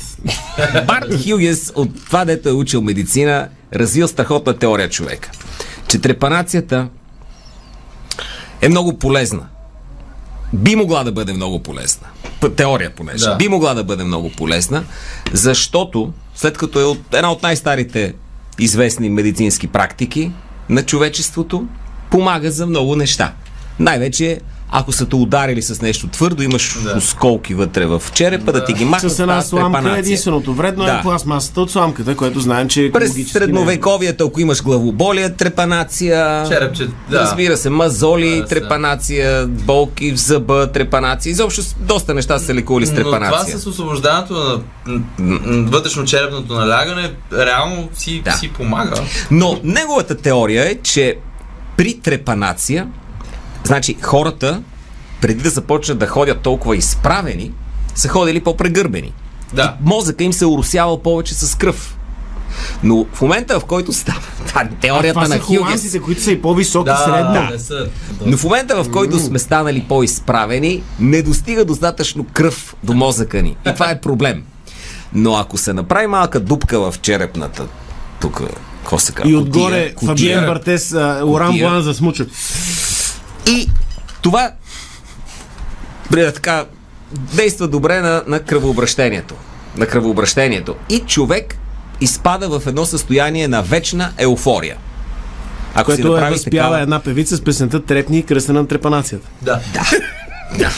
[SPEAKER 2] Барт Хюгес от това, дето е учил медицина, развил страхотна теория човека. Че трепанацията е много полезна. Би могла да бъде много полезна. П- Теория понеже. Да.
[SPEAKER 3] Да.
[SPEAKER 2] Би могла да бъде много полезна, защото след като е от, една от най-старите известни медицински практики на човечеството, помага за много неща. Най-вече ако са те ударили с нещо твърдо, имаш да. осколки вътре в черепа, да, да ти ги махнат.
[SPEAKER 4] С една
[SPEAKER 2] стават
[SPEAKER 4] сламка е
[SPEAKER 2] трепанация.
[SPEAKER 4] единственото вредно
[SPEAKER 2] е Да.
[SPEAKER 4] е пластмасата от сламката, което знаем, че е
[SPEAKER 2] През
[SPEAKER 4] екологически
[SPEAKER 2] средновековието, ако имаш главоболие, трепанация,
[SPEAKER 3] Черепче, да.
[SPEAKER 2] разбира се, мазоли,
[SPEAKER 3] Да, да,
[SPEAKER 2] трепанация, болки в зъба, трепанация. Изобщо с- доста неща са се лекували с
[SPEAKER 3] Но това
[SPEAKER 2] трепанация.
[SPEAKER 3] с освобождането на м, м, вътрешно-черепното налягане реално си,
[SPEAKER 2] Да.
[SPEAKER 3] си помага.
[SPEAKER 2] Но неговата теория е, че при трепанация, значи хората, преди да започнат да ходят толкова изправени, са ходили по-прегърбени.
[SPEAKER 3] Да.
[SPEAKER 2] И мозъка им се е уросявал повече с кръв. Но в момента, в който става та,
[SPEAKER 4] не. А
[SPEAKER 2] теорията
[SPEAKER 4] това
[SPEAKER 2] на
[SPEAKER 4] са
[SPEAKER 2] Хюгес,
[SPEAKER 4] холандците, които са и по-високи
[SPEAKER 3] Да,
[SPEAKER 4] средно.
[SPEAKER 3] не са.
[SPEAKER 2] Но в момента, в който сме станали по-изправени, не достига достатъчно кръв до мозъка ни. И това е проблем. Но ако се направи малка дупка в черепната, тук косъка,
[SPEAKER 4] И отгоре Фабиен Бартес, а, Оран
[SPEAKER 2] Кутия.
[SPEAKER 4] Блан засмучат.
[SPEAKER 2] и това бре, така, действа добре на, на кръвообращението. На кръвообращението. И човек изпада в едно състояние на вечна еуфория. Ако си
[SPEAKER 4] Което е
[SPEAKER 2] направи
[SPEAKER 4] възпяла
[SPEAKER 2] такава...
[SPEAKER 4] една певица с песента Трепни и кръста на трепанацията.
[SPEAKER 3] Да.
[SPEAKER 2] Да.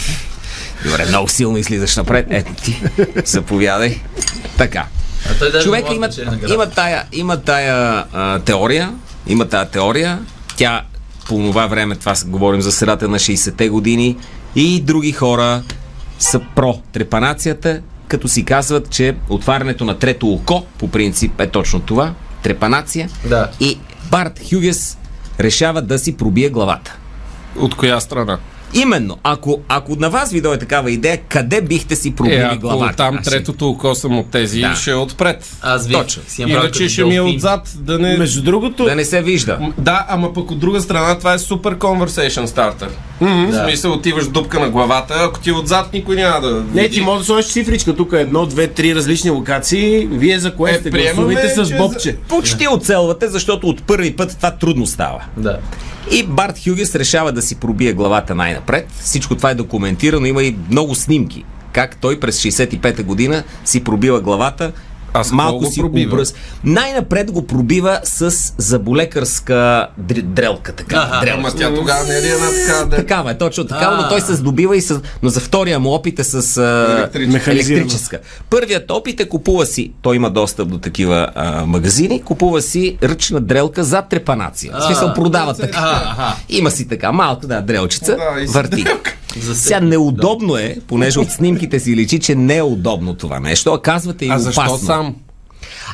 [SPEAKER 2] Добре, много силно излизаш напред. Ето ти. Заповядай. Така.
[SPEAKER 3] А той даже
[SPEAKER 2] Човека
[SPEAKER 3] може
[SPEAKER 2] има,
[SPEAKER 3] да печели награда.
[SPEAKER 2] има тая, има тая а, теория. Има тая теория. Тя по това време, това с- говорим за средата на 60-те години, и други хора са про трепанацията, като си казват, че отварянето на трето око, по принцип, е точно това. Трепанация.
[SPEAKER 3] Да.
[SPEAKER 2] И Барт Хюгес решава да си пробие главата.
[SPEAKER 5] От коя страна?
[SPEAKER 2] Именно, ако, ако на вас ви дойде такава идея, къде бихте си пробили
[SPEAKER 5] Е, ако
[SPEAKER 2] главата?
[SPEAKER 5] там
[SPEAKER 2] Аз ще-
[SPEAKER 5] третото око съм от тези,
[SPEAKER 2] Да.
[SPEAKER 5] да. ще е отпред.
[SPEAKER 3] Аз ви
[SPEAKER 2] Точно.
[SPEAKER 3] си направя
[SPEAKER 5] Иначе
[SPEAKER 3] като
[SPEAKER 5] ще ми е
[SPEAKER 3] делфин.
[SPEAKER 5] отзад, да не...
[SPEAKER 4] Между другото,
[SPEAKER 2] Да не се вижда.
[SPEAKER 5] М, Да, ама пък от друга страна това е супер conversation starter. Mm-hmm. В смисъл отиваш дупка на главата, ако ти е отзад никой няма да...
[SPEAKER 4] не,
[SPEAKER 5] види.
[SPEAKER 4] ти може да сложиш цифричка тук, е едно, две, три различни локации. Вие за кое
[SPEAKER 5] Е,
[SPEAKER 4] сте?
[SPEAKER 5] приемаме,
[SPEAKER 4] Гласувайте с
[SPEAKER 5] че за-
[SPEAKER 4] бобче.
[SPEAKER 2] Почти оцелвате, защото от първи път това трудно става.
[SPEAKER 3] Да.
[SPEAKER 2] И Барт Хюгес решава да си пробие главата най-напред. Всичко това е документирано, има и много снимки. Как той през 65-та година си пробива главата.
[SPEAKER 5] А с
[SPEAKER 2] малко
[SPEAKER 5] какво го
[SPEAKER 2] си
[SPEAKER 5] пробива?
[SPEAKER 2] образ. Най-напред го пробива с заболекарска др- дрелка. Така,
[SPEAKER 3] Аха.
[SPEAKER 2] дрелка.
[SPEAKER 5] Ама тя тогава не е ли една така... Да...
[SPEAKER 2] Такава е, точно такава, но
[SPEAKER 3] А.
[SPEAKER 2] той се здобива и с... Но за втория му опит е с а...
[SPEAKER 5] Електрическа.
[SPEAKER 4] Механизирана.
[SPEAKER 2] електрическа. Първият опит е купува си, той има достъп до такива а, магазини, купува си ръчна дрелка за трепанация. В смисъл продава така.
[SPEAKER 3] А, аха.
[SPEAKER 2] Има си така малка, да, дрелчица,
[SPEAKER 5] Да, и си
[SPEAKER 2] върти.
[SPEAKER 3] За
[SPEAKER 2] Сега неудобно е, понеже от снимките си личи, че не е удобно това нещо, а казвате и
[SPEAKER 5] А
[SPEAKER 2] опасно.
[SPEAKER 5] защо сам?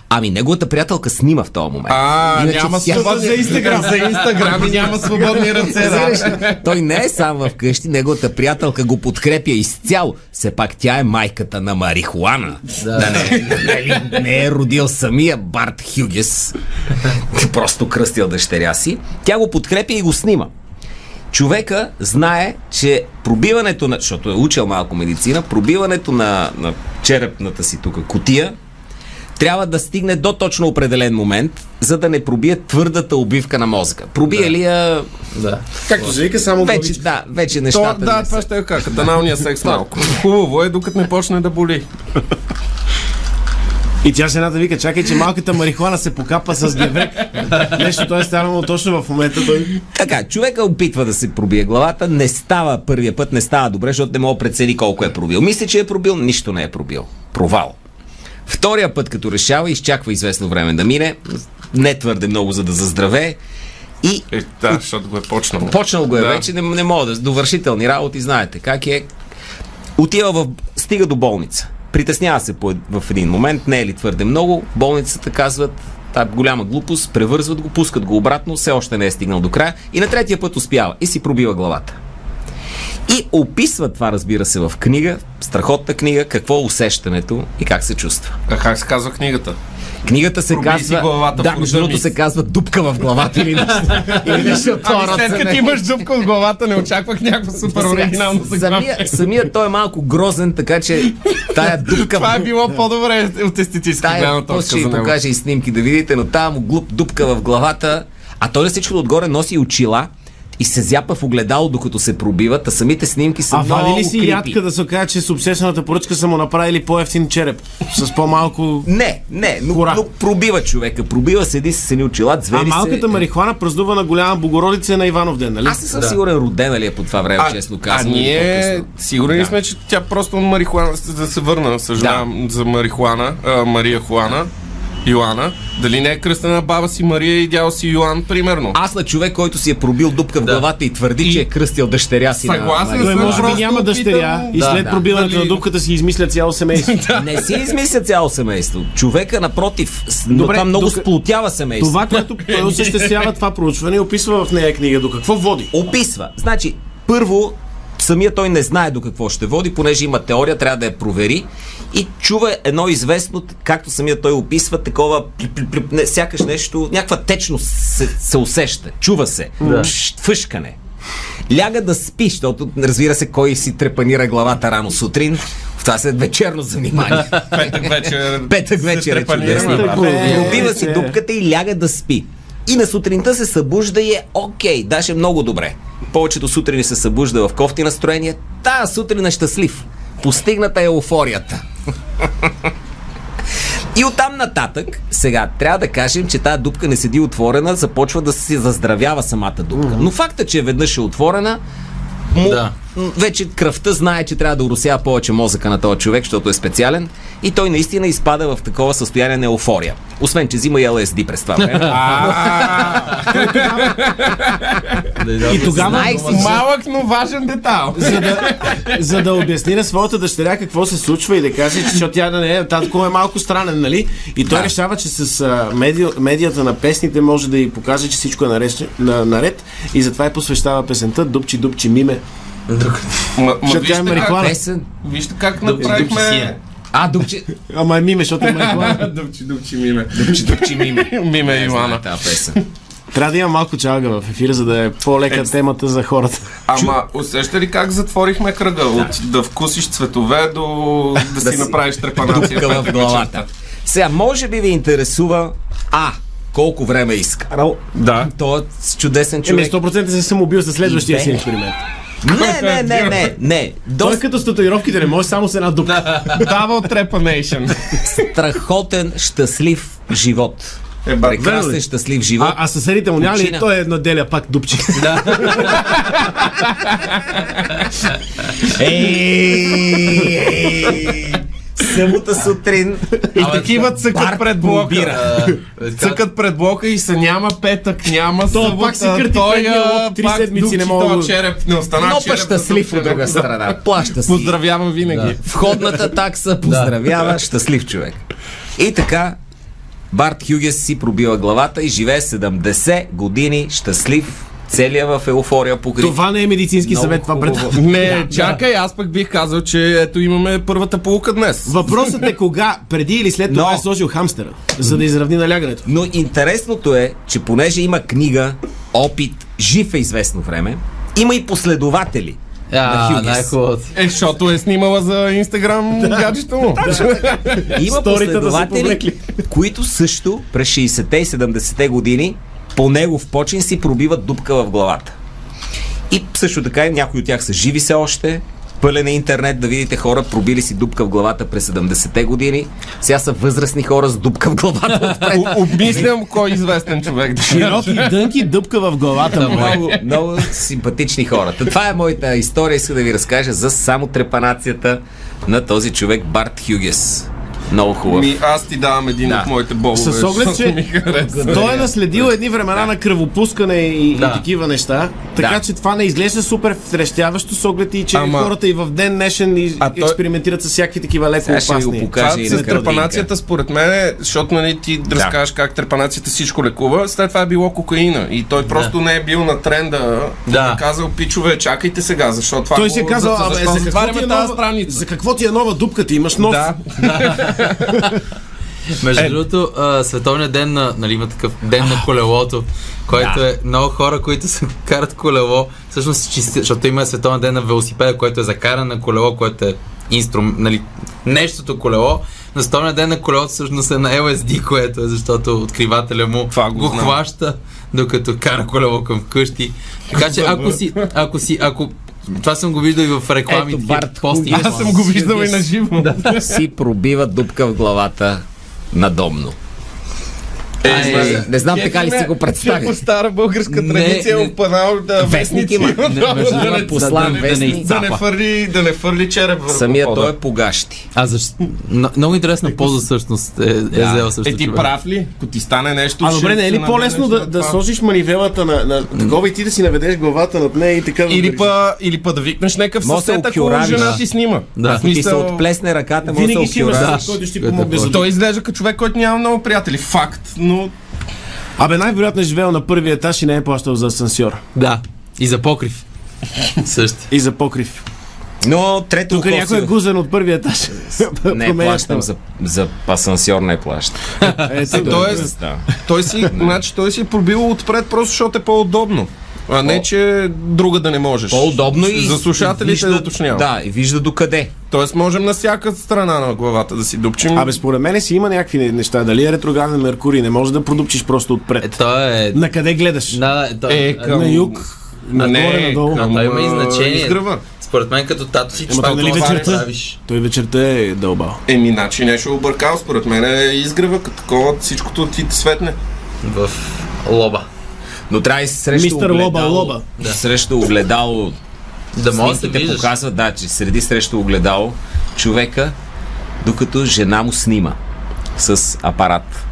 [SPEAKER 2] Ами неговата приятелка снима в този момент.
[SPEAKER 5] А,
[SPEAKER 2] Иначе
[SPEAKER 5] няма
[SPEAKER 2] тя-
[SPEAKER 5] свободни... За
[SPEAKER 3] е
[SPEAKER 5] Инстаграм. За Инстаграм и няма свободни ръце. Да.
[SPEAKER 2] Разбираш ли? Той не е сам вкъщи, неговата приятелка го подкрепя изцяло. Все пак тя е майката на марихуана. Да, не, нали, не е родил самия Барт Хюгес. Просто кръстил дъщеря си. Тя го подкрепя и го снима. Човека знае, че пробиването на... Защото е учил малко медицина, пробиването на, на черепната си тук котия трябва да стигне до точно определен момент, за да не пробие твърдата обивка на мозъка. Пробие ли я
[SPEAKER 3] Да.
[SPEAKER 4] Както се вика, само
[SPEAKER 2] вече, да, вече
[SPEAKER 5] То,
[SPEAKER 2] нещата нали
[SPEAKER 5] да,
[SPEAKER 2] не са.
[SPEAKER 5] това ще е как. Аналния секс малко. Хубаво е, докато не почне да боли.
[SPEAKER 4] И тя жената вика, чакай, че малката марихуана се покапа с геврек. Нещо той е станало точно в момента. Той...
[SPEAKER 2] Така, човека опитва да се пробие главата, не става първия път, не става добре, защото не мога да прецени колко е пробил. Мисли, че е пробил, нищо не е пробил. Провал. Втория път, като решава, изчаква известно време да мине, не твърде много, за да заздраве. И
[SPEAKER 5] Е, да, защото го е почнал.
[SPEAKER 2] Почнал го е да.
[SPEAKER 5] Да.
[SPEAKER 2] вече, не, не мога да. Довършителни работи, знаете как е. Отива в. Стига до болница. Притеснява се по, ед- в един момент, не е ли твърде много. Болницата казват, та голяма глупост, превързват го, пускат го обратно, все още не е стигнал до края. И на третия път успява и си пробива главата. И описва това, разбира се, в книга, страхотна книга, какво е усещането и как се чувства.
[SPEAKER 5] А как се казва книгата?
[SPEAKER 2] Книгата се
[SPEAKER 5] Проби си
[SPEAKER 2] казва...
[SPEAKER 5] главата
[SPEAKER 2] да,
[SPEAKER 5] в
[SPEAKER 2] между другото
[SPEAKER 5] Ордамис.
[SPEAKER 2] се казва дупка в главата или нещо. Или нещо от това род.
[SPEAKER 5] Ами след като имаш дупка от главата, не очаквах някаква супер
[SPEAKER 2] Сега,
[SPEAKER 5] оригинална
[SPEAKER 2] самия, самия той е малко грозен, така че тая дупка...
[SPEAKER 5] Това е било по-добре от естетическа гледна
[SPEAKER 2] тая,
[SPEAKER 5] точка
[SPEAKER 2] после
[SPEAKER 5] за
[SPEAKER 2] ще ви
[SPEAKER 5] него.
[SPEAKER 2] покажа и снимки да видите, но тая му глуп дупка в главата, а той на всичкото отгоре е носи очила. и се зяпа в огледало, докато се пробиват, а самите снимки са
[SPEAKER 4] А
[SPEAKER 2] много
[SPEAKER 4] вади ли си
[SPEAKER 2] крипи.
[SPEAKER 4] ядка да се окаже, че с обществената поръчка са му направили по-ефтин череп? С по-малко...
[SPEAKER 2] Не, не, но,
[SPEAKER 4] Кора.
[SPEAKER 2] но пробива човека. Пробива, седи с едни очила,
[SPEAKER 4] А
[SPEAKER 2] звери се.
[SPEAKER 4] малката марихуана празнува на голяма богородица на Иванов ден, нали?
[SPEAKER 2] Аз не съм да. сигурен родена ли е по това време,
[SPEAKER 5] А,
[SPEAKER 2] честно
[SPEAKER 5] а
[SPEAKER 2] казвам. или
[SPEAKER 5] ние
[SPEAKER 2] по-късно.
[SPEAKER 5] сигурни да. сме, че тя просто марихуана, да се върна, съжалявам за марихуана, а, Мария Хуана, Йоана. Дали не е кръстена баба си Мария и дядо си Йоан, примерно?
[SPEAKER 2] Аз на човек, който си е пробил дупка в главата и твърди, че е кръстил дъщеря си.
[SPEAKER 5] Съгласен
[SPEAKER 2] на...
[SPEAKER 4] Той
[SPEAKER 5] съм,
[SPEAKER 4] може би
[SPEAKER 5] Просто
[SPEAKER 4] няма
[SPEAKER 5] опитам-
[SPEAKER 4] дъщеря и
[SPEAKER 2] Да,
[SPEAKER 4] след
[SPEAKER 2] да.
[SPEAKER 4] пробиването
[SPEAKER 5] Дали-
[SPEAKER 4] на дупката си измисля цяло семейство.
[SPEAKER 2] Не си измисля цяло семейство. Човека, напротив, с- но
[SPEAKER 4] Добре,
[SPEAKER 2] това много
[SPEAKER 4] дока-
[SPEAKER 2] сплотява семейство.
[SPEAKER 4] Това, което той осъществява това проучване, описва в нея книга до какво води.
[SPEAKER 2] Описва. Значи, първо, самия той не знае до какво ще води, понеже има теория, трябва да я провери и чува едно известно, както самия той описва, такова, плип, плип, плип, не, сякаш нещо, някаква течност се, се усеща, чува се, да. Пш, фъшкане. Ляга да спи, защото разбира се кой си трепанира главата рано сутрин, в това след вечерно занимание.
[SPEAKER 5] Петък вечер.
[SPEAKER 2] Петък
[SPEAKER 5] се
[SPEAKER 2] вечер е
[SPEAKER 5] трепанираме,
[SPEAKER 2] чудесно.
[SPEAKER 5] брат.
[SPEAKER 4] Е,
[SPEAKER 2] Пробива
[SPEAKER 4] е.
[SPEAKER 2] си дупката и ляга да спи. И на сутринта се събужда и е окей, даже много добре. Повечето сутрини се събужда в кофти настроение. Та сутрин е щастлив. Постигната е еуфорията. И оттам нататък, сега, трябва да кажем, че тази дупка не седи отворена, започва да се заздравява самата дупка. Но факта, че веднъж е отворена, му,
[SPEAKER 3] Да.
[SPEAKER 2] да. вече кръвта знае, че трябва да уросява повече мозъка на този човек, защото е специален. И той наистина изпада в такова състояние на еуфория. Освен, че взима и ЛСД през това време.
[SPEAKER 4] И тогава,
[SPEAKER 2] Знаех си, че-
[SPEAKER 5] Малък, но важен детайл.
[SPEAKER 4] за да, за да обясни на своята дъщеря какво се случва и да каже, че защото тя да не е, татко е малко странен, нали? И той решава, че с а, медио, медията на песните може да й покаже, че всичко е наред, на, наред и затова и посвещава песента Дупчи, дупчи, миме.
[SPEAKER 5] Ма, ма
[SPEAKER 4] Защото тя е
[SPEAKER 5] вижте, как,
[SPEAKER 4] марихуана.
[SPEAKER 2] Песен.
[SPEAKER 5] вижте как
[SPEAKER 3] дупчи си е.
[SPEAKER 5] направихме...
[SPEAKER 2] А, дупче.
[SPEAKER 4] Ама е миме, защото е марихуана.
[SPEAKER 5] Дупчи, дупчи, миме.
[SPEAKER 2] Дупче, дупче, миме.
[SPEAKER 5] Миме е Ивана.
[SPEAKER 2] Тази песен.
[SPEAKER 4] Трябва да има малко чалга в ефира, за да е по-лека темата за хората.
[SPEAKER 5] Ама усеща ли как затворихме кръга? От да вкусиш цветове до да си направиш
[SPEAKER 4] е
[SPEAKER 5] трепанация.
[SPEAKER 2] Дупка в главата. Сега, може би ви интересува А. Колко време е изкарал?
[SPEAKER 5] Да.
[SPEAKER 2] Той е чудесен
[SPEAKER 4] Еми,
[SPEAKER 2] човек.
[SPEAKER 4] 100% се съм убил със следващия
[SPEAKER 2] И
[SPEAKER 4] си
[SPEAKER 2] бе.
[SPEAKER 4] експеримент.
[SPEAKER 2] Не, не, не, не, не.
[SPEAKER 4] Той е
[SPEAKER 2] Доста
[SPEAKER 4] като с татуировките не може само с една дупка.
[SPEAKER 5] Дава от трепанейшън.
[SPEAKER 2] страхотен, щастлив живот.
[SPEAKER 5] Е, бат,
[SPEAKER 2] Прекрасен,
[SPEAKER 4] верно ли?
[SPEAKER 2] щастлив живот.
[SPEAKER 4] А, а съседите му няма ли?
[SPEAKER 2] Почина.
[SPEAKER 4] Той е наделя пак дупчи.
[SPEAKER 2] Ей, ей. Събота сутрин.
[SPEAKER 5] И такива цъкат пред блока.
[SPEAKER 3] Цъкът.
[SPEAKER 5] Цъкат пред блока и са няма петък, няма
[SPEAKER 4] То
[SPEAKER 5] събота.
[SPEAKER 4] пак си кърти
[SPEAKER 5] той
[SPEAKER 4] предния
[SPEAKER 5] а,
[SPEAKER 4] лоб, три
[SPEAKER 5] пак
[SPEAKER 4] седмици
[SPEAKER 5] дупчи,
[SPEAKER 4] не мога
[SPEAKER 5] тоя
[SPEAKER 4] да-
[SPEAKER 5] череп, не остана
[SPEAKER 2] Но
[SPEAKER 5] череп.
[SPEAKER 2] пък щастлив от друга страна. Плаща си.
[SPEAKER 5] Поздравявам винаги.
[SPEAKER 2] Входната такса поздравява. Щастлив човек. И така, Барт Хюгес си пробива главата и живее 70 години щастлив, целия в еуфория покрит.
[SPEAKER 4] Това не е медицински
[SPEAKER 2] Много
[SPEAKER 4] съвет, това пред...
[SPEAKER 2] хубаво.
[SPEAKER 5] Не, чакай, аз пък бих казал, че ето имаме първата полука днес.
[SPEAKER 4] Въпросът е кога, преди или след това
[SPEAKER 2] Но-
[SPEAKER 4] е сложил хамстера, за да изравни налягането.
[SPEAKER 2] Но интересното е, че понеже има книга, опит, жив е известно време, има и последователи на
[SPEAKER 3] А,
[SPEAKER 2] Хюгес.
[SPEAKER 3] най-хубавото.
[SPEAKER 5] Е, защото е снимала за инстаграм гаджето му.
[SPEAKER 2] Има
[SPEAKER 4] Сторитата са
[SPEAKER 2] последователи,
[SPEAKER 4] повлекли.
[SPEAKER 2] които също през 60-те и 70-те години по негов почин си пробиват дупка в главата. И също така и някои от тях са живи се още. Пълен е интернет да видите хора, пробили си дупка в главата през 70-те години. Сега са възрастни хора с дупка в главата. отпред.
[SPEAKER 5] О- Обмислям кой е известен човек.
[SPEAKER 4] Широки дънки дъпка в главата му.
[SPEAKER 2] много, много симпатични хора. Та Това е моята история. Иска да ви разкажа за само трепанацията на този човек Барт Хюгес. Много хубав.
[SPEAKER 5] Ми, аз ти давам един
[SPEAKER 2] Да.
[SPEAKER 5] от моите болове.
[SPEAKER 4] С оглед,
[SPEAKER 5] защото ми
[SPEAKER 4] че
[SPEAKER 5] хареса.
[SPEAKER 4] той е наследил едни времена на кръвопускане и,
[SPEAKER 3] Да.
[SPEAKER 4] и такива неща, така
[SPEAKER 2] Да.
[SPEAKER 4] че това не изглежда супер втрещяващо с оглед и че
[SPEAKER 5] Ама-
[SPEAKER 4] хората и в ден днешен и,
[SPEAKER 5] А той-
[SPEAKER 4] експериментират с всякакви такива леко
[SPEAKER 2] Сега ще ви го
[SPEAKER 4] опасни.
[SPEAKER 2] покажа и
[SPEAKER 5] това
[SPEAKER 2] на
[SPEAKER 5] с
[SPEAKER 2] картинка.
[SPEAKER 5] трепанацията, според мен, е, защото нали, ти да. разкажеш как трепанацията всичко лекува, след това е било кокаина. И той просто не е бил на тренда.
[SPEAKER 3] Да.
[SPEAKER 5] Да. Е казал, пичове, чакайте сега, защото това
[SPEAKER 4] Той
[SPEAKER 5] го-
[SPEAKER 4] си е казал,
[SPEAKER 5] за- за-
[SPEAKER 4] абе, за,
[SPEAKER 5] защо
[SPEAKER 4] какво ти
[SPEAKER 5] затваряме
[SPEAKER 4] е
[SPEAKER 5] тази
[SPEAKER 4] нова,
[SPEAKER 5] страница?
[SPEAKER 4] за какво ти е нова дупка, ти имаш нов.
[SPEAKER 5] Да,
[SPEAKER 3] Между другото, а, световният ден на, нали има такъв ден на колелото, който е много хора, които се карат колело, всъщност, чисти- защото има световен ден на велосипеда, който е закаран на колело, което е инструмент, нали, нещото колело. На столния ден на колелото всъщност е на LSD, което е защото откривателя му
[SPEAKER 5] Това го
[SPEAKER 3] го
[SPEAKER 5] знам.
[SPEAKER 3] хваща, докато кара колело към къщи. Така че ако си, ако си, ако това съм го виждал и в реклами.
[SPEAKER 2] Ето,
[SPEAKER 3] такива
[SPEAKER 2] Барт,
[SPEAKER 3] пости.
[SPEAKER 2] хубаво.
[SPEAKER 3] Аз съм
[SPEAKER 2] го
[SPEAKER 5] виждал и на живо.
[SPEAKER 2] си пробива дупка в главата надомно.
[SPEAKER 3] Е,
[SPEAKER 2] Е, не знам така ли си го представих.
[SPEAKER 5] По стара българска
[SPEAKER 3] Не,
[SPEAKER 5] традиция
[SPEAKER 3] не.
[SPEAKER 5] опанал да
[SPEAKER 2] Вестник
[SPEAKER 5] вестници.
[SPEAKER 2] има. Не,
[SPEAKER 5] Да,
[SPEAKER 2] между
[SPEAKER 5] да
[SPEAKER 2] има
[SPEAKER 5] не-
[SPEAKER 2] послан
[SPEAKER 5] да не-
[SPEAKER 2] вестник.
[SPEAKER 5] Да не фърли, да не фърли череп върху
[SPEAKER 2] Самия
[SPEAKER 5] пода.
[SPEAKER 2] той е погащи.
[SPEAKER 3] А защо? Много интересна поза всъщност е, е взел също.
[SPEAKER 5] Е, ти
[SPEAKER 3] човек.
[SPEAKER 5] прав ли? Ако ти стане нещо...
[SPEAKER 4] А
[SPEAKER 5] ще
[SPEAKER 4] добре, не е
[SPEAKER 5] се
[SPEAKER 4] ли по-лесно
[SPEAKER 5] набереш
[SPEAKER 4] да,
[SPEAKER 5] на
[SPEAKER 4] да
[SPEAKER 5] това?
[SPEAKER 4] сложиш манивелата на, на такова и ти да си наведеш главата над нея и така да
[SPEAKER 5] Или
[SPEAKER 4] държиш?
[SPEAKER 5] па, или па да викнеш някакъв
[SPEAKER 2] Може да
[SPEAKER 5] съсед,
[SPEAKER 2] се
[SPEAKER 5] ако
[SPEAKER 2] окюрамиш.
[SPEAKER 5] жена
[SPEAKER 2] Да.
[SPEAKER 5] ти снима.
[SPEAKER 3] Да.
[SPEAKER 5] В
[SPEAKER 2] Ако ти се
[SPEAKER 5] смисъл,
[SPEAKER 2] отплесне ръката, може да
[SPEAKER 4] Винаги
[SPEAKER 2] се
[SPEAKER 4] ще има
[SPEAKER 2] окюраш.
[SPEAKER 4] някой, който ще ти
[SPEAKER 3] Което е
[SPEAKER 4] помогне за
[SPEAKER 5] Той изглежда като човек, който няма много приятели. Факт, но
[SPEAKER 4] Абе, най-вероятно е живеел на първия етаж и не е плащал за асансьор.
[SPEAKER 3] Да. И за покрив. Също.
[SPEAKER 4] И за покрив.
[SPEAKER 2] Но трето
[SPEAKER 4] Тук
[SPEAKER 2] око
[SPEAKER 4] някой е
[SPEAKER 2] си-
[SPEAKER 4] гузен от първия етаж.
[SPEAKER 2] Не плащам за, за асансьор, не плащам.
[SPEAKER 4] Ето,
[SPEAKER 5] той е-
[SPEAKER 2] Да.
[SPEAKER 5] той си, значи, той си е пробил отпред, просто защото е по-удобно. А не, че друга да не можеш.
[SPEAKER 2] По-удобно и...
[SPEAKER 5] За слушателите да уточнявам.
[SPEAKER 2] Да, и вижда докъде.
[SPEAKER 5] Тоест можем на всяка страна на главата да си дупчим.
[SPEAKER 4] Абе, според мен си има някакви не- неща. Дали е ретрограден Меркурий, не може да продупчиш просто
[SPEAKER 3] Е,
[SPEAKER 4] отпред.
[SPEAKER 3] то е...
[SPEAKER 4] На къде гледаш?
[SPEAKER 3] Да, да, то
[SPEAKER 5] Е, към-
[SPEAKER 4] На юг, нагоре,
[SPEAKER 5] не,
[SPEAKER 4] надолу.
[SPEAKER 5] към,
[SPEAKER 3] А, той има и значение.
[SPEAKER 5] Изгръва.
[SPEAKER 3] Според мен като тато си,
[SPEAKER 4] Ама той нали
[SPEAKER 3] това
[SPEAKER 4] вечерта?
[SPEAKER 3] правиш.
[SPEAKER 4] Той вечерта е дълбал.
[SPEAKER 5] Еми, значи нещо е объркал, според мен е изгръва, като такова всичкото ти светне.
[SPEAKER 3] В лоба.
[SPEAKER 2] Но трябва и срещу
[SPEAKER 4] Мистер
[SPEAKER 2] огледало-
[SPEAKER 4] Лоба, Лоба.
[SPEAKER 2] Да. Срещу огледало
[SPEAKER 3] Да може да се
[SPEAKER 2] Снимките
[SPEAKER 3] виждаш.
[SPEAKER 2] показват, да, че среди срещу огледало човека, докато жена му снима с апарат.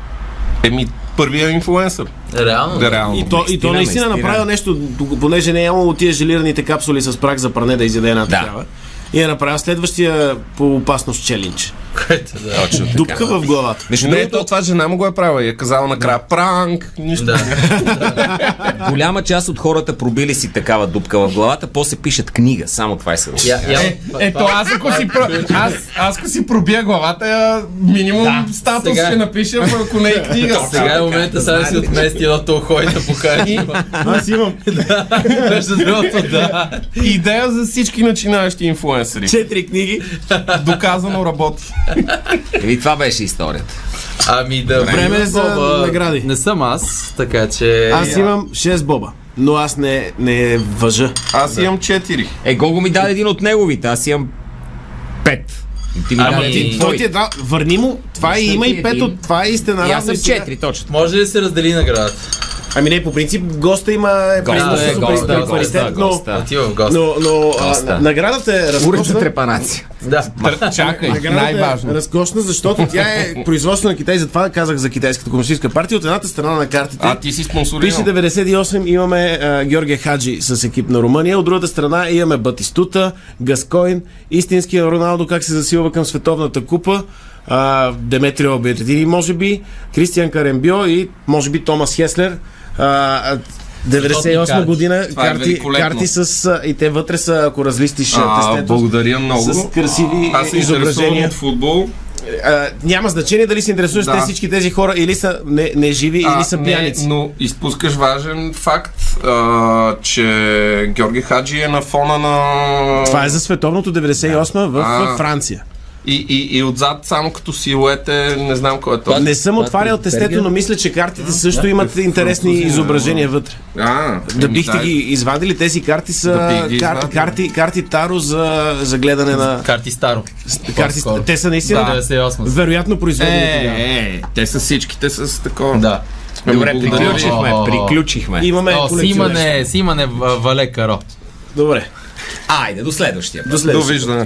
[SPEAKER 5] Еми, първия инфлуенсър.
[SPEAKER 3] Реално.
[SPEAKER 5] Да, реално.
[SPEAKER 4] И то, и то
[SPEAKER 2] Наистина,
[SPEAKER 4] наистина
[SPEAKER 2] наистина.
[SPEAKER 4] направил нещо, д- понеже не е имало тия желираните капсули с прах за пране да изяде една
[SPEAKER 2] Да.
[SPEAKER 4] такава. И е направил следващия по опасност челлендж.
[SPEAKER 3] Което, е да.
[SPEAKER 2] Точно така.
[SPEAKER 4] Дупка в главата.
[SPEAKER 2] Между
[SPEAKER 5] Не,
[SPEAKER 2] другото,
[SPEAKER 5] то това жена му го е правила и е казала накрая пранк, нищо.
[SPEAKER 3] Да.
[SPEAKER 2] голяма част от хората пробили си такава дупка в главата, после пишат книга. Само това е
[SPEAKER 3] Я, я,
[SPEAKER 5] Е,
[SPEAKER 3] па-
[SPEAKER 5] ето
[SPEAKER 3] па-
[SPEAKER 5] аз ако си, про... аз, аз ако си пробия главата, я минимум да, статус
[SPEAKER 3] сега.
[SPEAKER 5] ще напиша, ако не е книга.
[SPEAKER 3] Сега е момента, сега да си отмести едното ухо и да покажи.
[SPEAKER 4] Аз имам
[SPEAKER 3] Между другото, да.
[SPEAKER 5] Идея за всички начинаещи инфлуенсъри.
[SPEAKER 4] четири книги.
[SPEAKER 5] Доказано работи.
[SPEAKER 2] И това беше историята.
[SPEAKER 3] Ами да
[SPEAKER 4] Време е за
[SPEAKER 3] Боба,
[SPEAKER 4] награди.
[SPEAKER 3] Не съм аз, така че...
[SPEAKER 2] е,
[SPEAKER 4] Аз имам 6 боба, но аз не, не въжа.
[SPEAKER 5] Аз имам четири.
[SPEAKER 2] Е, Гого ми даде един от неговите, аз имам пет. Ти ми
[SPEAKER 3] Ама
[SPEAKER 2] даде
[SPEAKER 3] Ами, ти-
[SPEAKER 2] един
[SPEAKER 4] Той
[SPEAKER 2] твой.
[SPEAKER 4] ти е дал, върни му, това е,
[SPEAKER 2] Защото
[SPEAKER 4] има
[SPEAKER 2] ти
[SPEAKER 4] и
[SPEAKER 2] е
[SPEAKER 4] пет
[SPEAKER 2] един.
[SPEAKER 4] от, това е истина.
[SPEAKER 2] И аз съм четири, точно.
[SPEAKER 3] Може ли да се раздели наградата?
[SPEAKER 4] Ами не, по принцип, госта има е
[SPEAKER 2] Госта
[SPEAKER 4] признат
[SPEAKER 2] е,
[SPEAKER 4] с
[SPEAKER 3] госта,
[SPEAKER 4] супер
[SPEAKER 3] госта,
[SPEAKER 4] паритет, но,
[SPEAKER 2] госта. Да.
[SPEAKER 3] Отива в гост.
[SPEAKER 4] но, но
[SPEAKER 2] Госта.
[SPEAKER 4] а, наградата е
[SPEAKER 2] Урече
[SPEAKER 4] разкошна.
[SPEAKER 2] трепанация.
[SPEAKER 3] Да.
[SPEAKER 5] Чакай,
[SPEAKER 4] Наградата е разкошна, защото тя е производство на Китай, затова казах за Китайската комунистическа партия. От едната страна на картите
[SPEAKER 5] А ти си спонсорирал.
[SPEAKER 4] Пише 98, имаме а, Георгия Хаджи с екип на Румъния. От другата страна имаме Батистута, Гаскоин, истинския Роналдо, как се засилва към световната купа, а, Деметрио Бердини, може би, Кристиан Карембио и може би Томас Хеслер. А, а, 98
[SPEAKER 3] карти.
[SPEAKER 4] година
[SPEAKER 5] Това е
[SPEAKER 4] карти,
[SPEAKER 5] великолепно.
[SPEAKER 4] карти с... А, и те вътре са, ако разлистиш а,
[SPEAKER 5] А,
[SPEAKER 4] тестето,
[SPEAKER 5] благодаря много.
[SPEAKER 4] с красиви
[SPEAKER 5] Аз се интересувам
[SPEAKER 4] изображения.
[SPEAKER 5] от футбол.
[SPEAKER 4] А, няма значение дали се интересуваш,
[SPEAKER 5] Да.
[SPEAKER 4] те всички тези хора или са не, неживи, или са
[SPEAKER 5] не,
[SPEAKER 4] пияници.
[SPEAKER 5] но изпускаш важен факт, а, че Георги Хаджи е на фона на...
[SPEAKER 4] Това е за световното 98 в,
[SPEAKER 5] А.
[SPEAKER 4] в Франция.
[SPEAKER 5] И, и, и отзад само като силует е, не знам кой е той.
[SPEAKER 4] Не съм отварял тестето, но мисля, че картите също имат интересни
[SPEAKER 5] французи,
[SPEAKER 4] изображения вътре.
[SPEAKER 5] А,
[SPEAKER 4] Да
[SPEAKER 5] еми,
[SPEAKER 4] бихте
[SPEAKER 5] дай.
[SPEAKER 4] ги извадили, тези карти
[SPEAKER 5] Да
[SPEAKER 4] са
[SPEAKER 5] бих ги
[SPEAKER 4] кар,
[SPEAKER 5] извадил.
[SPEAKER 4] карти, карти Таро за, за гледане на
[SPEAKER 3] Карти старо.
[SPEAKER 4] карти.
[SPEAKER 3] По-скоро.
[SPEAKER 4] Те са наистина
[SPEAKER 3] 98.
[SPEAKER 4] вероятно произведени
[SPEAKER 5] Е,
[SPEAKER 4] тогава.
[SPEAKER 5] е, те са всичките с такова.
[SPEAKER 3] Да.
[SPEAKER 5] Ами,
[SPEAKER 2] Добре,
[SPEAKER 5] благодаря.
[SPEAKER 2] приключихме,
[SPEAKER 3] О, о, о.
[SPEAKER 2] приключихме.
[SPEAKER 4] Имаме
[SPEAKER 3] О,
[SPEAKER 4] колекционер.
[SPEAKER 3] симане, симане в- Вале Каро.
[SPEAKER 4] Добре,
[SPEAKER 2] Айде, до следващия.
[SPEAKER 4] до
[SPEAKER 5] До
[SPEAKER 4] следващия.
[SPEAKER 5] виждане.